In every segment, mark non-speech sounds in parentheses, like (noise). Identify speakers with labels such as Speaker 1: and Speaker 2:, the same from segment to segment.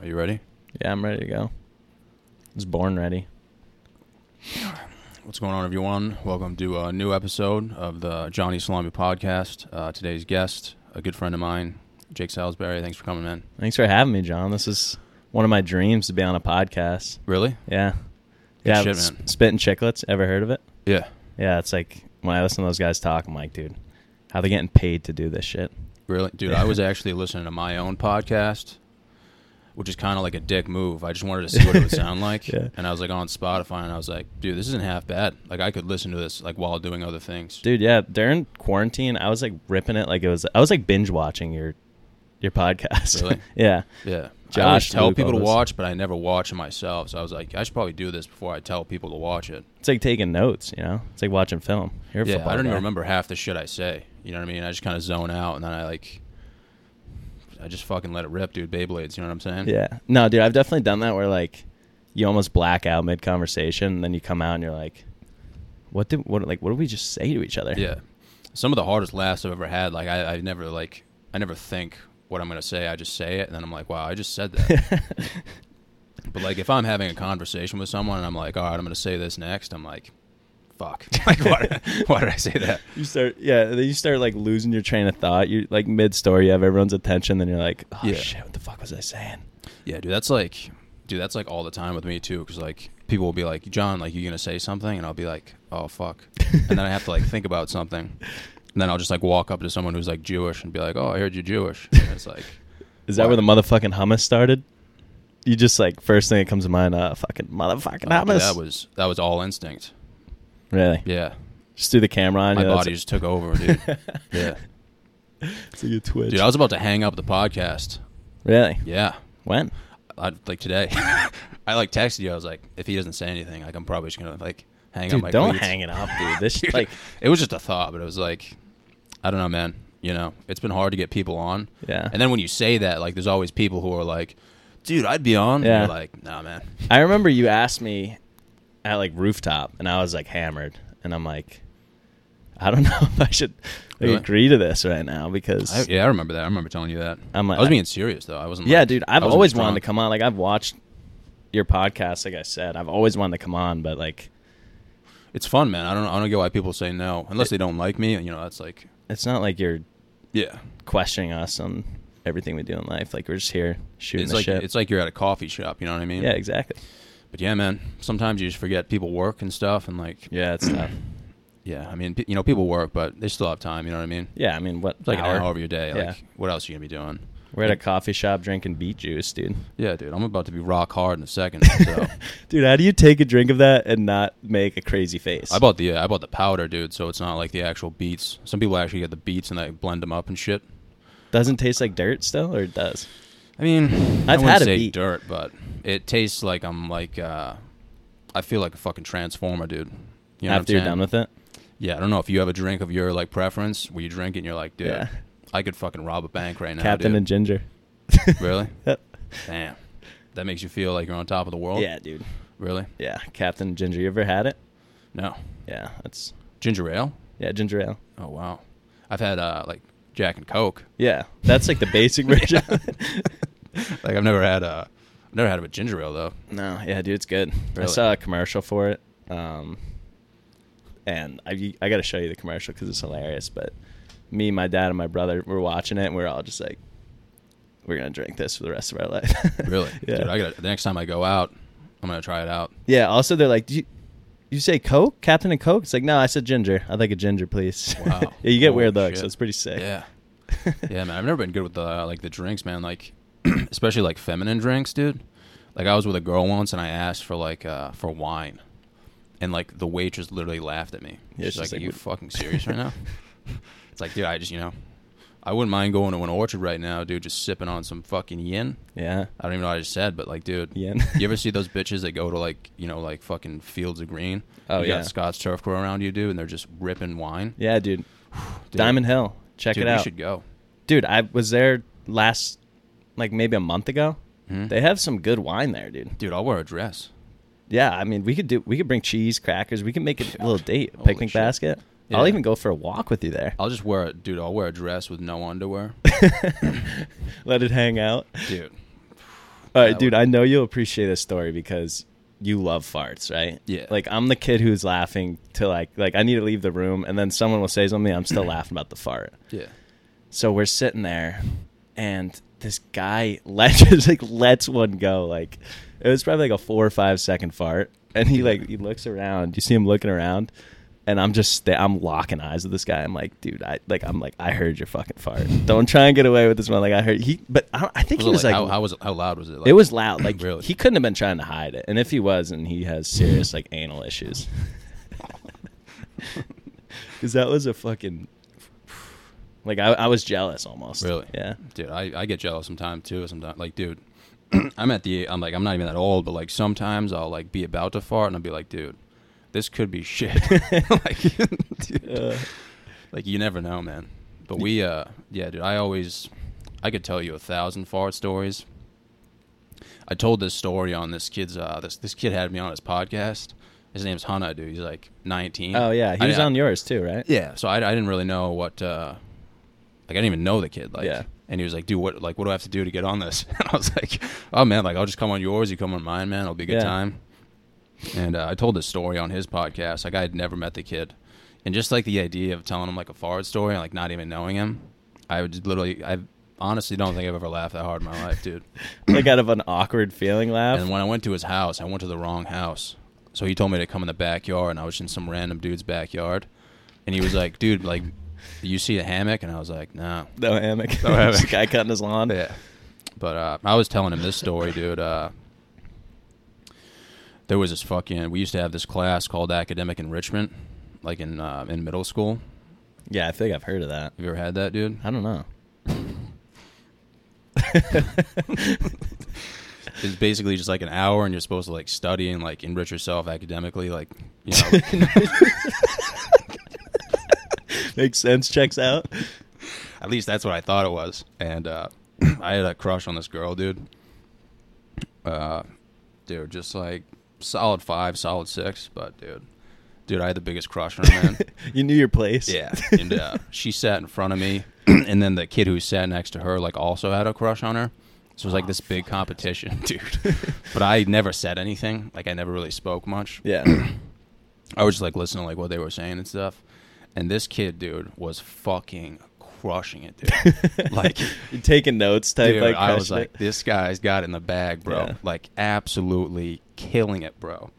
Speaker 1: Are you ready?
Speaker 2: Yeah, I'm ready to go. I was born ready.
Speaker 1: What's going on, everyone? Welcome to a new episode of the Johnny Salami podcast. Uh, today's guest, a good friend of mine, Jake Salisbury. Thanks for coming, man.
Speaker 2: Thanks for having me, John. This is one of my dreams to be on a podcast.
Speaker 1: Really?
Speaker 2: Yeah.
Speaker 1: Good
Speaker 2: yeah,
Speaker 1: shit,
Speaker 2: sp-
Speaker 1: man.
Speaker 2: Spit and Chicklets. Ever heard of it?
Speaker 1: Yeah.
Speaker 2: Yeah, it's like when I listen to those guys talk, I'm like, dude, how they getting paid to do this shit?
Speaker 1: Really? Dude,
Speaker 2: (laughs)
Speaker 1: I was actually listening to my own podcast, which is kind of like a dick move. I just wanted to see what it would
Speaker 2: (laughs)
Speaker 1: sound like.
Speaker 2: Yeah.
Speaker 1: And I was like on Spotify and I was like, dude, this isn't half bad. Like, I could listen to this like while doing other things.
Speaker 2: Dude, yeah, during quarantine, I was like ripping it like it was I was like binge watching your your podcast.
Speaker 1: Really?
Speaker 2: (laughs) yeah.
Speaker 1: Yeah. I always
Speaker 2: Josh
Speaker 1: tell
Speaker 2: Luke
Speaker 1: people to
Speaker 2: Otis.
Speaker 1: watch, but I never watch it myself. So I was like, I should probably do this before I tell people to watch it.
Speaker 2: It's like taking notes, you know? It's like watching film. You're a
Speaker 1: Yeah,
Speaker 2: football
Speaker 1: I don't even
Speaker 2: guy.
Speaker 1: remember half the shit I say. You know what I mean? I just kind of zone out, and then I like, I just fucking let it rip, dude. Beyblades. You know what I'm saying?
Speaker 2: Yeah. No, dude, I've definitely done that where like you almost black out mid conversation and then you come out and you're like, What did what like what did we just say to each other? (laughs)
Speaker 1: Yeah. Some of the hardest laughs I've ever had. Like I, I never like, I never think what I'm gonna say. I just say it, and then I'm like, wow, I just said that.
Speaker 2: (laughs)
Speaker 1: but like, if I'm having a conversation with someone, and I'm like, all right, I'm gonna say this next. I'm like,
Speaker 2: (laughs)
Speaker 1: fuck. (laughs) like, why, did- why did I say that?
Speaker 2: You start yeah, then you start like losing your train of thought. You like mid story you have everyone's attention, then you're like, Oh
Speaker 1: Yeah.
Speaker 2: shit, what the fuck was I saying?
Speaker 1: Yeah, dude, that's like, dude, that's like all the time with me too. Because like people will be like, John, like you gonna say something, and I'll be like, oh fuck, and then I have to like think about something, and then I'll just like walk up to someone who's like Jewish and be like, oh, I heard you're Jewish. And it's like,
Speaker 2: (laughs) Is that
Speaker 1: Why?
Speaker 2: where the motherfucking hummus started? You just like first thing that comes to mind, uh fucking motherfucking
Speaker 1: oh, dude,
Speaker 2: hummus.
Speaker 1: that was that was all instinct.
Speaker 2: really?
Speaker 1: Yeah,
Speaker 2: Just threw the camera on
Speaker 1: my
Speaker 2: you. that's-
Speaker 1: body just took over, dude.
Speaker 2: (laughs)
Speaker 1: yeah,
Speaker 2: it's like a twitch.
Speaker 1: dude, I was about to hang up the podcast.
Speaker 2: really?
Speaker 1: Yeah,
Speaker 2: When?
Speaker 1: I like today. (laughs) I like texted you. I was like, if he doesn't say anything, like I'm probably just gonna like hang up
Speaker 2: Dude,
Speaker 1: my
Speaker 2: don't
Speaker 1: cleats.
Speaker 2: hang it up,
Speaker 1: (laughs)
Speaker 2: dude. This
Speaker 1: Dude,
Speaker 2: like
Speaker 1: it was just a thought, but it was like, I don't know, man. You know, it's been hard to get people on.
Speaker 2: Yeah.
Speaker 1: And then when you say that, like, there's always people who are like, dude, I'd be on.
Speaker 2: Yeah.
Speaker 1: And you're like, nah, man.
Speaker 2: I remember you asked me at like rooftop, and I was like hammered, and I'm like, I don't (laughs) know if I should like,
Speaker 1: Really?
Speaker 2: agree to this right now because
Speaker 1: I, yeah, I remember that. I remember telling you that.
Speaker 2: I'm like-
Speaker 1: I was being serious though. I wasn't.
Speaker 2: yeah,
Speaker 1: like-
Speaker 2: dude,
Speaker 1: I
Speaker 2: I've
Speaker 1: wasn't
Speaker 2: always
Speaker 1: drunk.
Speaker 2: wanted to come on. Like I've watched your podcast, like I said, I've always wanted to come on, but like
Speaker 1: It's fun, man. I don't. I don't get why people say no unless they don't like me. You know, that's like,
Speaker 2: it's not like you're
Speaker 1: yeah.
Speaker 2: questioning us on everything we do in life. Like we're just here shooting
Speaker 1: It's
Speaker 2: the
Speaker 1: like
Speaker 2: shit.
Speaker 1: it's like you're at a coffee shop. You know what I mean?
Speaker 2: yeah, exactly.
Speaker 1: But yeah, man. Sometimes you just forget people work and stuff, and like, yeah.
Speaker 2: Yeah, it's tough.
Speaker 1: I mean, pe- you know, people work, but they still have time. You know what I mean?
Speaker 2: Yeah, I mean, what
Speaker 1: It's like
Speaker 2: hour?
Speaker 1: an hour of your day.
Speaker 2: Yeah.
Speaker 1: Like, what else are you gonna be doing?
Speaker 2: We're at a coffee shop drinking beet juice, dude.
Speaker 1: Yeah, dude, I'm about to be rock hard in a second. So
Speaker 2: (laughs) Dude, how do you take a drink of that and not make a crazy face?
Speaker 1: I bought the uh, I bought the powder, dude. So it's not like the actual beets. Some people actually get the beets and they blend them up and shit.
Speaker 2: Doesn't taste like dirt still, or it does?
Speaker 1: I mean, I
Speaker 2: I've
Speaker 1: wouldn't
Speaker 2: had a
Speaker 1: say
Speaker 2: beet.
Speaker 1: dirt, but it tastes like I'm like uh, I feel like a fucking transformer, dude. You know what I'm
Speaker 2: After you're
Speaker 1: saying?
Speaker 2: done with it,
Speaker 1: yeah, I don't know if you have a drink of your like preference where you drink it and you're like, dude,
Speaker 2: Yeah.
Speaker 1: I could fucking rob a bank right now,
Speaker 2: Captain and
Speaker 1: dude.
Speaker 2: Ginger.
Speaker 1: (laughs) really?
Speaker 2: (laughs) Yep.
Speaker 1: Damn, that makes you feel like you're on top of the world.
Speaker 2: Yeah, dude.
Speaker 1: Really?
Speaker 2: Yeah, Captain and Ginger. You ever had it?
Speaker 1: No.
Speaker 2: Yeah, that's
Speaker 1: Ginger ale?
Speaker 2: yeah ginger ale.
Speaker 1: Oh wow. I've had uh like Jack and Coke.
Speaker 2: Yeah, that's like the
Speaker 1: (laughs)
Speaker 2: basic version. (laughs)
Speaker 1: Like I've never had a, I've never had a ginger ale though.
Speaker 2: no, yeah, dude, it's good. I
Speaker 1: Really?
Speaker 2: saw a commercial for it, um, and I I got to show you the commercial because it's hilarious. But me, my dad, and my brother were watching it, and we are all just like, we're gonna drink this for the rest of our (laughs) life.
Speaker 1: Really?
Speaker 2: yeah.
Speaker 1: Dude, I got the next time I go out, I'm gonna try it out.
Speaker 2: Yeah. Also, they're like, Do you, you say Coke, Captain and Coke? It's like, no, I said ginger. I'd like a ginger, please. (laughs)
Speaker 1: Wow.
Speaker 2: yeah, you get
Speaker 1: Holy
Speaker 2: weird looks,
Speaker 1: shit.
Speaker 2: so it's pretty sick. (laughs)
Speaker 1: Yeah. Yeah, man. I've never been good with the uh, like the drinks, man. Like, (clears throat) especially like feminine drinks, dude. Like I was with a girl once and I asked for like uh for wine, and like the waitress literally laughed at me.
Speaker 2: Yeah,
Speaker 1: she's
Speaker 2: she's
Speaker 1: like,
Speaker 2: like,
Speaker 1: "Are
Speaker 2: (laughs)
Speaker 1: you
Speaker 2: "What-"
Speaker 1: fucking serious right now?" It's like, dude, I just you know, I wouldn't mind going to an orchard right now, dude, just sipping on some fucking yin.
Speaker 2: Yeah.
Speaker 1: I don't even know what I just said, but like, dude,
Speaker 2: Yeah.
Speaker 1: you
Speaker 2: (laughs)
Speaker 1: ever see those bitches that go to like, you know, like fucking fields of green?
Speaker 2: Oh,
Speaker 1: you
Speaker 2: yeah.
Speaker 1: got Scott's turf crew around you, dude, and they're just ripping wine.
Speaker 2: Yeah, dude.
Speaker 1: Dude,
Speaker 2: Diamond Hill. Check
Speaker 1: dude,
Speaker 2: it out.
Speaker 1: We should go.
Speaker 2: Dude, I was there last, like maybe a month ago.
Speaker 1: Mhm.
Speaker 2: They have some good wine there, dude.
Speaker 1: Dude, I'll wear a dress.
Speaker 2: Yeah, I mean, we could do. We could bring cheese, crackers. We could make it a little date,
Speaker 1: Holy
Speaker 2: picnic
Speaker 1: shit.
Speaker 2: basket.
Speaker 1: Yeah.
Speaker 2: I'll even go for a walk with you there.
Speaker 1: I'll just wear a dude. I'll
Speaker 2: (laughs)
Speaker 1: wear a dress with no underwear,
Speaker 2: Let it hang out.
Speaker 1: dude.
Speaker 2: All right,
Speaker 1: That
Speaker 2: dude,
Speaker 1: would-
Speaker 2: I know you'll appreciate this story because you love farts, right?
Speaker 1: Yeah.
Speaker 2: Like I'm the kid who's laughing till like like I need to leave the room and then someone will say something, I'm still laughing about the fart.
Speaker 1: Yeah.
Speaker 2: So we're sitting there and this guy (laughs) let just like lets one go. Like it was probably like a four or five second fart. And he like he looks around. You see him looking around and I'm just sta- I'm locking eyes with this guy. I'm like, dude, I like I'm like, I heard your fucking fart. Don't try and get away with this one. Like I heard he but I, don't- I think
Speaker 1: Was
Speaker 2: he
Speaker 1: it
Speaker 2: was
Speaker 1: like,
Speaker 2: like
Speaker 1: how, how was it, how loud was it? Like,
Speaker 2: it
Speaker 1: (clears throat)
Speaker 2: was loud. Like
Speaker 1: really?
Speaker 2: he couldn't have been trying to hide it. And if he was, and he has serious like
Speaker 1: (laughs)
Speaker 2: anal issues. Because that was a fucking. Like I, I was jealous almost.
Speaker 1: Really?
Speaker 2: Yeah.
Speaker 1: Dude, I, I get jealous sometimes too. Sometimes, like, dude, (clears throat) I'm at the I'm like I'm not even that old, but like sometimes I'll like be about to fart and I'll be like, dude, this could be shit. (laughs)
Speaker 2: (laughs)
Speaker 1: like, dude,
Speaker 2: Uh,
Speaker 1: like you never know, man. But we, uh, yeah, dude, I always I could tell you a thousand fart stories. I told this story on this kid's uh this this kid had me on his podcast. His name's Hana, dude. He's like 19.
Speaker 2: oh yeah, he
Speaker 1: I-
Speaker 2: was
Speaker 1: I-
Speaker 2: on yours too, right?
Speaker 1: yeah, so I, I didn't really know what uh like I didn't even know the kid like
Speaker 2: Yeah.
Speaker 1: and he was like, "Dude, what like what do I have to do to get on this?" (laughs) And I was like, "Oh man, like I'll just come on yours, you come on mine, man. It'll be a good
Speaker 2: Yeah.
Speaker 1: time." And uh, I told this story on his podcast. Like I had never met the kid, and just like the idea of telling him like a forward story and like not even knowing him, I would just literally I honestly don't think I've ever laughed that hard in my life, dude.
Speaker 2: Like out of an awkward feeling laugh.
Speaker 1: And when I went to his house, I went to the wrong house. So he told me to come in the backyard, and I was in some random dude's backyard. And he was like, "Dude, like, you see a hammock?" And I was like, "No." (laughs)
Speaker 2: no hammock.
Speaker 1: No
Speaker 2: (laughs)
Speaker 1: hammock.
Speaker 2: Just a guy cutting his lawn.
Speaker 1: Yeah. But uh, I was telling him this story, dude. Uh, there was this fucking. We used to have this class called academic enrichment, like in uh, in middle school.
Speaker 2: Yeah, I think I've heard of
Speaker 1: Have
Speaker 2: that.
Speaker 1: you ever had that, dude?
Speaker 2: I
Speaker 1: (laughs)
Speaker 2: don't know. (laughs)
Speaker 1: It's basically just like an hour, and you're supposed to like study and like enrich yourself academically, like you know.
Speaker 2: Makes sense. Checks out.
Speaker 1: At least that's what I thought it was. And uh, I had a crush on this girl, dude. Uh, dude, just like solid five, solid six, but dude, dude, I had the biggest crush on
Speaker 2: (laughs)
Speaker 1: her, man.
Speaker 2: You knew your place.
Speaker 1: yeah, and uh, she sat in front of me, (clears throat) and then the kid who sat next to her like also had a crush on her. So it was like this big competition, (laughs) dude. but I never said anything. Like I never really spoke much.
Speaker 2: (laughs) Yeah.
Speaker 1: I was just like listening to like what they were saying and stuff. And this kid, dude, was fucking crushing it, dude. (clears throat)
Speaker 2: (laughs)
Speaker 1: like
Speaker 2: You're taking notes type.
Speaker 1: Dude,
Speaker 2: like
Speaker 1: I was
Speaker 2: crushing
Speaker 1: like,
Speaker 2: it.
Speaker 1: this guy's got it in the bag, bro.
Speaker 2: Yeah.
Speaker 1: Like absolutely killing it, bro.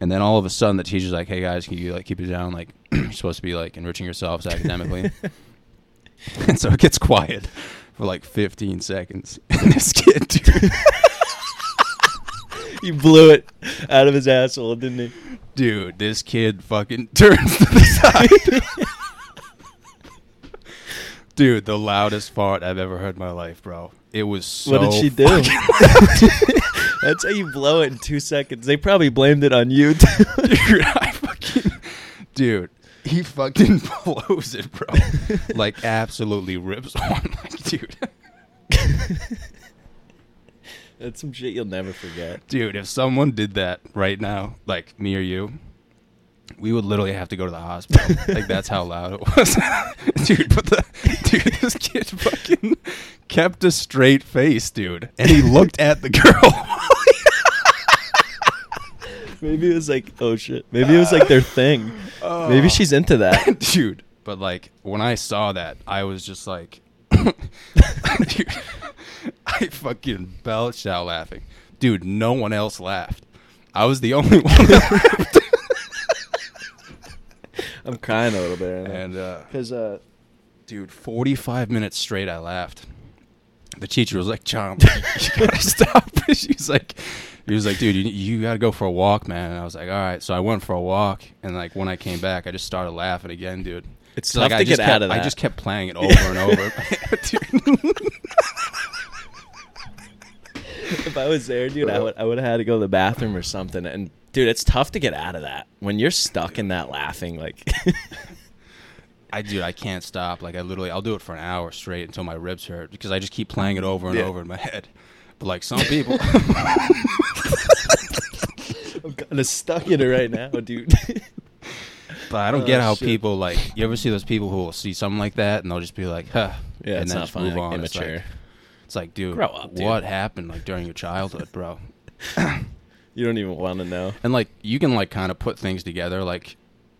Speaker 1: And then all of a sudden, the teacher's like, "Hey guys, can you like keep it down? Like (clears throat) you're supposed to be like enriching yourselves academically." and so it gets quiet for like 15 seconds, (laughs) and this kid, (laughs) dude,
Speaker 2: (laughs) you blew it out of his asshole, didn't he?
Speaker 1: dude, this kid fucking (laughs) turns to the side. (laughs) Dude, the loudest fart I've ever heard in my life, bro. It was so.
Speaker 2: What did she do? (laughs) That's how you blow it in two seconds. They probably blamed it on you. Too. (laughs)
Speaker 1: dude, I fucking, dude, he fucking (laughs) blows it, bro. like absolutely rips (laughs) one, like, dude.
Speaker 2: That's some shit you'll never forget.
Speaker 1: Dude, if someone did that right now, like me or you, we would literally have to go to the hospital. like that's how loud it was, (laughs) dude. But the dude, this kid fucking kept a straight face, dude, and he looked at the girl. (laughs)
Speaker 2: Maybe it was like, oh shit. Maybe it was like their
Speaker 1: (laughs)
Speaker 2: thing.
Speaker 1: Oh.
Speaker 2: Maybe she's into that.
Speaker 1: dude. But like when I saw that, I was just like, (laughs) dude, I fucking belched out laughing, dude. No one else laughed. I was the only (laughs) one. That laughed.
Speaker 2: I'm crying a little bit. Right
Speaker 1: and uh,
Speaker 2: because uh,
Speaker 1: dude, forty-five minutes straight, I laughed. The teacher was like, "John, (laughs) you gotta stop." (laughs) she was like, "He was like, dude, you, you gotta go for a walk, man." And I was like, "All right." So I went for a walk, and like when I came back, I just started laughing again, dude.
Speaker 2: It's
Speaker 1: So,
Speaker 2: tough
Speaker 1: I
Speaker 2: to
Speaker 1: just
Speaker 2: get
Speaker 1: kept,
Speaker 2: out of
Speaker 1: I
Speaker 2: that.
Speaker 1: just kept playing
Speaker 2: (laughs)
Speaker 1: it over and over. (laughs) Dude.
Speaker 2: if I was there, dude, I would I would have had to go to the bathroom or something. And dude, it's tough to get out of that when you're stuck in that laughing. Like,
Speaker 1: I dude, I can't stop. Like I literally, I'll do it for an hour straight until my ribs hurt because I just keep playing it over and
Speaker 2: Yeah.
Speaker 1: over in my head. But like some people,
Speaker 2: (laughs) I'm kind of stuck in it right (laughs) now, dude.
Speaker 1: but I don't
Speaker 2: Oh,
Speaker 1: get how
Speaker 2: shit.
Speaker 1: people like. You ever see those people who will see something like that and they'll just be like, "Huh,"
Speaker 2: yeah,
Speaker 1: and
Speaker 2: it's
Speaker 1: then
Speaker 2: not
Speaker 1: just move
Speaker 2: fun. Like,
Speaker 1: on. It's like-
Speaker 2: immature.
Speaker 1: It's like, dude,
Speaker 2: Grow up, dude.
Speaker 1: what happened like during your childhood, bro?
Speaker 2: You don't even want to know.
Speaker 1: and like you can like kind of put things together like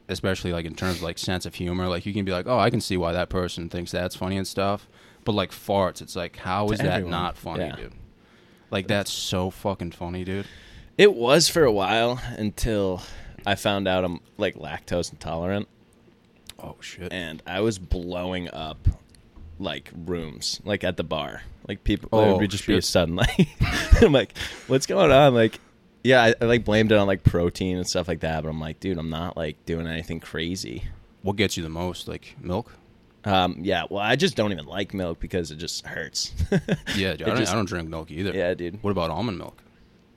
Speaker 1: especially like in terms of like sense of humor like you can be like oh i can see why that person thinks that's funny and stuff but like farts it's like how
Speaker 2: To
Speaker 1: is that
Speaker 2: everyone.
Speaker 1: not funny
Speaker 2: Yeah.
Speaker 1: dude like that's so fucking funny dude
Speaker 2: It was for a while until I found out I'm like lactose intolerant,
Speaker 1: oh shit
Speaker 2: and I was blowing up like rooms, like at the bar, like people.
Speaker 1: Oh,
Speaker 2: it would be- just be a
Speaker 1: shit.
Speaker 2: sudden (laughs) like, I'm like, what's going on? Like, yeah, I, I like blamed it on like protein and stuff like that, but I'm like, dude, I'm not like doing anything crazy.
Speaker 1: what gets you the most like
Speaker 2: (laughs)
Speaker 1: milk
Speaker 2: Um, yeah, well, I just don't even like milk because it just hurts. (laughs)
Speaker 1: yeah dude, I,
Speaker 2: It
Speaker 1: don't,
Speaker 2: just-
Speaker 1: I don't drink milk either
Speaker 2: Yeah, dude.
Speaker 1: what about almond milk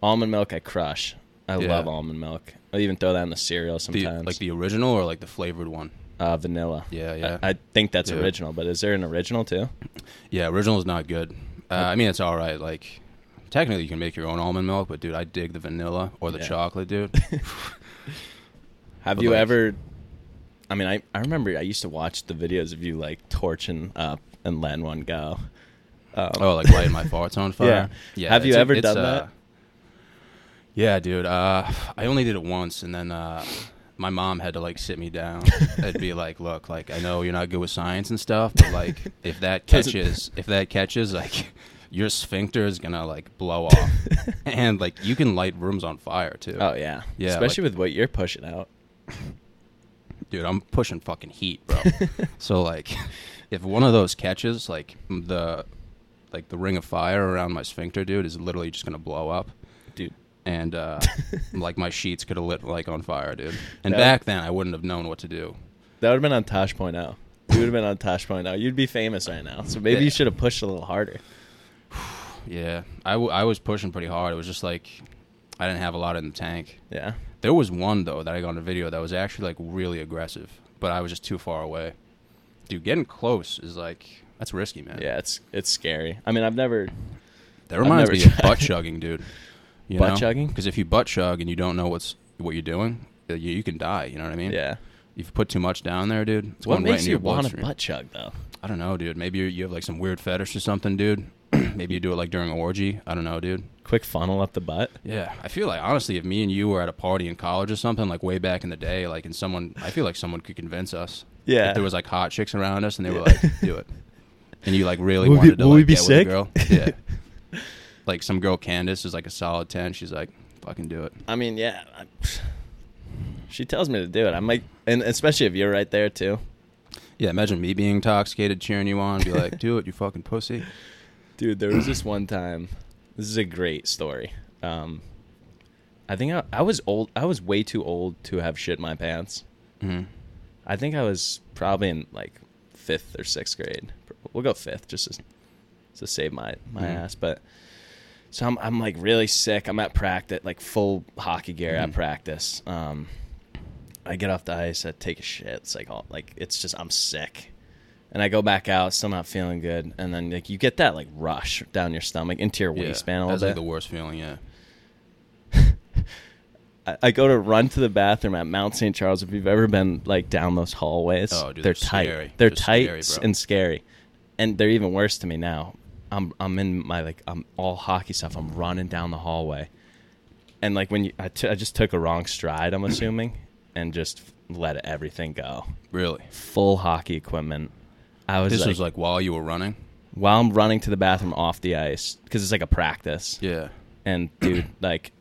Speaker 2: almond milk I crush. I
Speaker 1: Yeah.
Speaker 2: love almond milk. I even throw that in the cereal
Speaker 1: the,
Speaker 2: sometimes.
Speaker 1: like the original or like the flavored one
Speaker 2: uh, vanilla.
Speaker 1: Yeah,
Speaker 2: I-
Speaker 1: yeah.
Speaker 2: I, think that's
Speaker 1: Dude.
Speaker 2: original, but is there an original too?
Speaker 1: yeah original is not good uh, i mean it's all right like technically you can make your own almond milk but dude i dig the vanilla or the
Speaker 2: Yeah.
Speaker 1: chocolate dude
Speaker 2: Have
Speaker 1: But,
Speaker 2: you
Speaker 1: like-
Speaker 2: ever? I mean, I, I remember I used to watch the videos of you like torching up and letting one go. Um,
Speaker 1: Oh, like lighting my farts on fire.
Speaker 2: Yeah. Have you
Speaker 1: it's a-
Speaker 2: ever
Speaker 1: it's,
Speaker 2: done
Speaker 1: uh,
Speaker 2: that?
Speaker 1: Yeah, dude. Uh, I only did it once, and then uh, my mom had to like sit me down and be like, "Look, like I know you're not good with science and stuff, but like if that
Speaker 2: Doesn't-
Speaker 1: catches, if that catches, like your sphincter is gonna like blow off, and like you can light rooms on fire too.
Speaker 2: Oh yeah,
Speaker 1: Yeah,
Speaker 2: Especially with what you're pushing out.
Speaker 1: dude, I'm pushing fucking heat, bro. so like, if one of those catches, like the like the ring of fire around my sphincter, dude, is literally just gonna blow up.
Speaker 2: Dude,
Speaker 1: and uh, like my sheets could have lit like on fire, dude. And
Speaker 2: That-
Speaker 1: back then, I wouldn't have known what to do.
Speaker 2: that would have been on Tosh.0. You would have been on Tosh.0. You'd be famous right now. So maybe
Speaker 1: Yeah.
Speaker 2: you should have pushed a little harder.
Speaker 1: Yeah, I, w- I was pushing pretty hard. It was just like I didn't have a lot in the tank.
Speaker 2: Yeah.
Speaker 1: There was one though that I got on a video that was actually like really aggressive, but I was just too far away. Dude, getting close is like that's risky, man.
Speaker 2: Yeah, it's it's scary. I mean, I've never.
Speaker 1: that reminds
Speaker 2: never
Speaker 1: me of
Speaker 2: tried.
Speaker 1: butt chugging,
Speaker 2: (laughs)
Speaker 1: dude. You
Speaker 2: Butt chugging?
Speaker 1: because if you butt chug and you don't know what's what you're doing, uh, you, you can die. You know what I mean?
Speaker 2: Yeah.
Speaker 1: If you put too much down there, dude, it's
Speaker 2: What
Speaker 1: going right
Speaker 2: makes
Speaker 1: into
Speaker 2: you
Speaker 1: your
Speaker 2: want a
Speaker 1: bloodstream.
Speaker 2: butt chug though?
Speaker 1: I don't know, dude. Maybe you you have like some weird fetish or something, dude. (clears throat) Maybe you do it like during an orgy. I don't know, dude.
Speaker 2: Quick funnel up the butt.
Speaker 1: Yeah, I feel like honestly, if me and you were at a party in college or something, like way back in the day, like and someone, I feel like someone could convince us.
Speaker 2: Yeah.
Speaker 1: If there was like hot chicks around us and they were like,
Speaker 2: (laughs)
Speaker 1: "Do it," and you like really
Speaker 2: Would we-
Speaker 1: wanted to
Speaker 2: would
Speaker 1: like,
Speaker 2: we be
Speaker 1: get with a
Speaker 2: sick?
Speaker 1: girl, yeah.
Speaker 2: (laughs)
Speaker 1: like some girl, Candace, is like a solid ten. She's like, "Fucking do it."
Speaker 2: I mean, yeah. I, she tells me to do it. I'm like, and especially if you're right there too,
Speaker 1: Yeah, imagine me being intoxicated, cheering you on, be
Speaker 2: (laughs)
Speaker 1: like, "Do it, you fucking pussy."
Speaker 2: dude. There was this one time. This is a great story. Um, I think I, I was old. I was way too old to have shit my pants.
Speaker 1: hmm
Speaker 2: I think I was probably in like fifth or sixth grade. We'll go fifth just to, to save my my
Speaker 1: Mhm.
Speaker 2: ass. But so I'm I'm like really sick. I'm at practice, like full hockey gear at
Speaker 1: Mhm.
Speaker 2: practice. Um, I get off the ice. I take a shit. It's like all like it's just I'm sick. And I go back out, still not feeling good, and then like you get that like rush down your stomach into your
Speaker 1: Yeah,
Speaker 2: waistband a
Speaker 1: that's
Speaker 2: little
Speaker 1: like
Speaker 2: bit.
Speaker 1: the worst feeling. Yeah.
Speaker 2: I, I go to run to the bathroom at Mount St. Charles. If you've ever been like down those hallways,
Speaker 1: Oh, dude, they're
Speaker 2: they're, tight.
Speaker 1: scary. They're
Speaker 2: They're, tight
Speaker 1: scary, bro.
Speaker 2: and scary, and they're even worse to me now. I'm I'm in my like I'm all hockey stuff. I'm running down the hallway, and like when you, I, t- I just took a wrong stride. I'm
Speaker 1: (coughs)
Speaker 2: assuming, and just let everything go.
Speaker 1: Really.
Speaker 2: Full hockey equipment. I was
Speaker 1: This
Speaker 2: like,
Speaker 1: was like while you were running.
Speaker 2: while I'm running to the bathroom off the ice because it's like a practice.
Speaker 1: Yeah.
Speaker 2: and dude (clears throat) like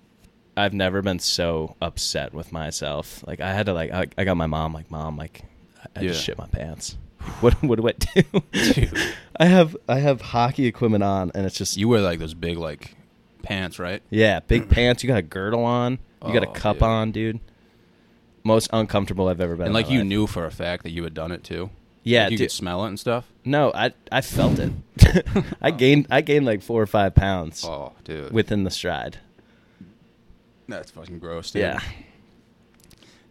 Speaker 2: i've never been so upset with myself like i had to like i, I got my mom like mom like i, I just
Speaker 1: Yeah.
Speaker 2: shit my pants (laughs) what what do i do
Speaker 1: Dude.
Speaker 2: (laughs) i have i have hockey equipment on and it's just
Speaker 1: You wear like those big like pants, right?
Speaker 2: yeah
Speaker 1: (clears throat)
Speaker 2: big pants you got a girdle on you got a
Speaker 1: Oh,
Speaker 2: cup
Speaker 1: yeah.
Speaker 2: on dude most uncomfortable i've ever been
Speaker 1: and
Speaker 2: in
Speaker 1: like
Speaker 2: my
Speaker 1: you
Speaker 2: life.
Speaker 1: knew for a fact that you had done it too.
Speaker 2: Yeah,
Speaker 1: Like, you
Speaker 2: dude.
Speaker 1: could smell it and stuff.
Speaker 2: no i i
Speaker 1: (laughs)
Speaker 2: felt it (laughs) i gained i gained like four or five pounds
Speaker 1: Oh, dude,
Speaker 2: within the stride
Speaker 1: that's fucking gross. Dude.
Speaker 2: yeah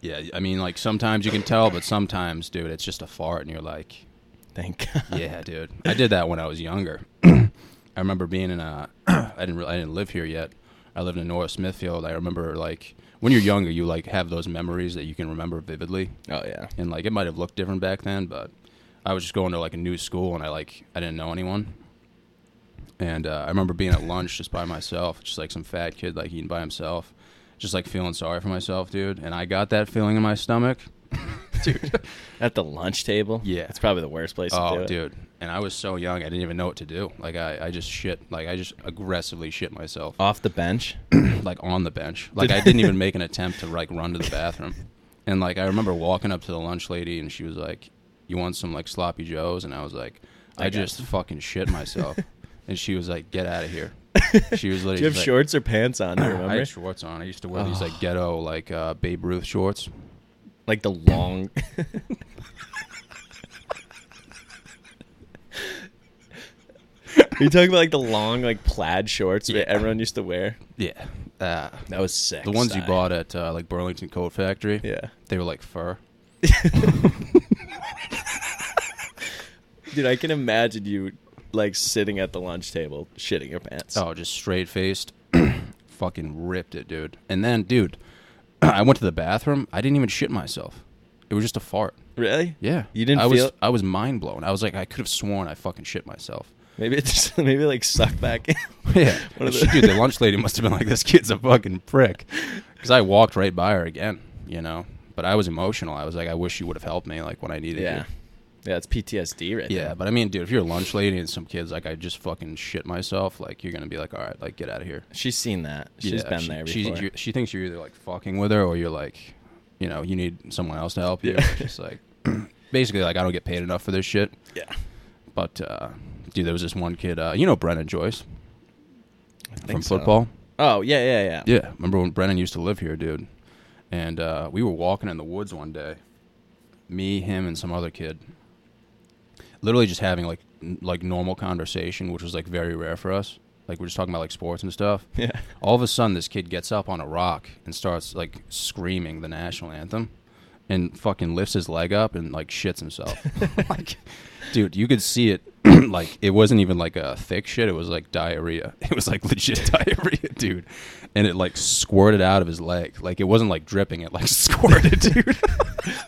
Speaker 1: yeah. I mean, like sometimes you can tell, but sometimes, dude, it's just a fart, and you're like,
Speaker 2: thank (laughs) god
Speaker 1: yeah, dude. I did that when I was younger. (clears throat) I remember being in a. (clears throat) I didn't. Really, I didn't live here yet. I lived in North Smithfield. I remember like when you're younger, you like have those memories that you can remember vividly.
Speaker 2: oh yeah
Speaker 1: and like it might have looked different back then, but I was just going to like a new school and I like I didn't know anyone, And uh, I remember being at lunch just by myself, just like some fat kid like eating by himself, just like feeling sorry for myself, dude. And I got that feeling in my stomach, (laughs) dude.
Speaker 2: At the lunch table?
Speaker 1: Yeah.
Speaker 2: It's probably the worst place to do
Speaker 1: Oh,
Speaker 2: it.
Speaker 1: dude. And I was so young, I didn't even know what to do. Like I, I just shit. Like I just aggressively shit myself,
Speaker 2: (laughs) Off the bench?
Speaker 1: like on the bench. Like
Speaker 2: (laughs)
Speaker 1: I didn't even make an attempt to like run to the bathroom. And like I remember walking up to the lunch lady, and she was like, "You want some like sloppy joes?" And I was like,
Speaker 2: I
Speaker 1: "I
Speaker 2: got
Speaker 1: just fucking shit
Speaker 2: (laughs)
Speaker 1: myself." and she was like, "Get out of here." She was literally
Speaker 2: Do you have
Speaker 1: just like-
Speaker 2: shorts or pants (clears throat) on? Do you
Speaker 1: I
Speaker 2: remember? Ah.
Speaker 1: had shorts on. I used to wear these like ghetto like uh, Babe Ruth shorts.
Speaker 2: like the (laughs) long. Are you talking about like the long, like plaid shorts
Speaker 1: Yeah.
Speaker 2: that everyone used to wear?
Speaker 1: Yeah, uh,
Speaker 2: That was sick.
Speaker 1: the ones you
Speaker 2: Si.
Speaker 1: bought at uh, like Burlington Coat Factory.
Speaker 2: Yeah.
Speaker 1: they were like fur.
Speaker 2: Dude, I can imagine you like sitting at the lunch table shitting your pants.
Speaker 1: Oh, just straight faced. (clears throat) Fucking ripped it, dude. And then, dude, (clears throat) I went to the bathroom. I didn't even shit myself. It was just a fart.
Speaker 2: Really?
Speaker 1: Yeah.
Speaker 2: You didn't
Speaker 1: I
Speaker 2: feel
Speaker 1: was I was mind blown. I was like, I could have sworn I fucking shit
Speaker 2: (laughs)
Speaker 1: myself.
Speaker 2: maybe it just maybe like sucked back in.
Speaker 1: (laughs) Yeah.
Speaker 2: (laughs) One of
Speaker 1: She-
Speaker 2: the-
Speaker 1: dude, the lunch lady must have been like, this kid's a fucking prick. Because I walked right by her again, you know? But I was emotional. I was like, I wish you would have helped me, like, when I needed
Speaker 2: yeah.
Speaker 1: you.
Speaker 2: Yeah, it's PTSD right
Speaker 1: Yeah. But I mean, dude, if you're a lunch lady and some kid's like, I just fucking shit myself, like, you're going to be like, all right, like, get out of here.
Speaker 2: She's seen that. She's
Speaker 1: Yeah,
Speaker 2: been
Speaker 1: she-
Speaker 2: there
Speaker 1: she's-
Speaker 2: before.
Speaker 1: you- she thinks you're either like fucking with her or you're like, you know, you need someone else to help you.
Speaker 2: Yeah.
Speaker 1: It's Just like, (clears throat) basically, like, I don't get paid enough for this shit.
Speaker 2: yeah.
Speaker 1: But, uh, dude, there was this one kid, uh, you know, Brennan Joyce
Speaker 2: I
Speaker 1: from
Speaker 2: think so.
Speaker 1: football.
Speaker 2: Oh, yeah, yeah, yeah.
Speaker 1: Yeah, remember when Brennan used to live here, dude? And uh, we were walking in the woods one day, me, him, and some other kid. Literally just having like n- like normal conversation, which was like very rare for us. Like we're just talking about like sports and stuff.
Speaker 2: Yeah.
Speaker 1: All of a sudden, this kid gets up on a rock and starts like screaming the national anthem, and fucking lifts his leg up and like shits himself.
Speaker 2: (laughs)
Speaker 1: like, dude, you could see it. (clears throat) like it wasn't even like a thick shit. It was like diarrhea. (laughs) It was like legit diarrhea, dude. And it like squirted out of his leg. Like it wasn't like dripping. It like (laughs) squirted, dude.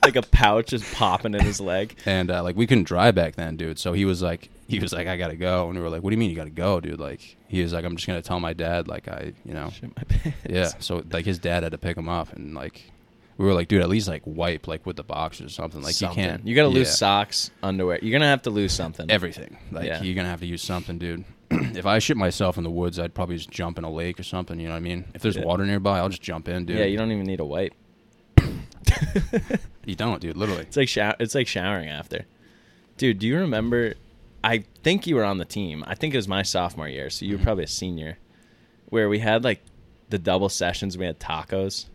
Speaker 2: like a pouch is popping in his leg.
Speaker 1: and uh, like we couldn't drive back then, dude. So he was like, he was like, I gotta go. And we were like, What do you mean you gotta go, dude? Like he was like, I'm just gonna tell my dad, like I, you know,
Speaker 2: Shit my pants.
Speaker 1: Oh.
Speaker 2: (laughs)
Speaker 1: yeah. So like his dad had to pick him up, and like we were like, dude, at least like wipe like with the box or something. Like
Speaker 2: Something.
Speaker 1: you can't.
Speaker 2: You gotta lose
Speaker 1: yeah,
Speaker 2: socks, underwear. You're gonna have to lose something.
Speaker 1: everything. Like
Speaker 2: Yeah.
Speaker 1: you're gonna have to use something, dude. (clears throat) if I shit myself in the woods, I'd probably just jump in a lake or something. You know what I mean? If there's
Speaker 2: Yeah.
Speaker 1: water nearby, I'll just jump in, dude.
Speaker 2: Yeah, you don't even need
Speaker 1: (laughs)
Speaker 2: a wipe.
Speaker 1: You don't, dude. Literally.
Speaker 2: It's like shower. It's like showering after. Dude, do you remember? I think you were on the team. I think it was my sophomore year, so you
Speaker 1: Mm-hmm.
Speaker 2: were probably a senior. Where we had like the double sessions, we had tacos,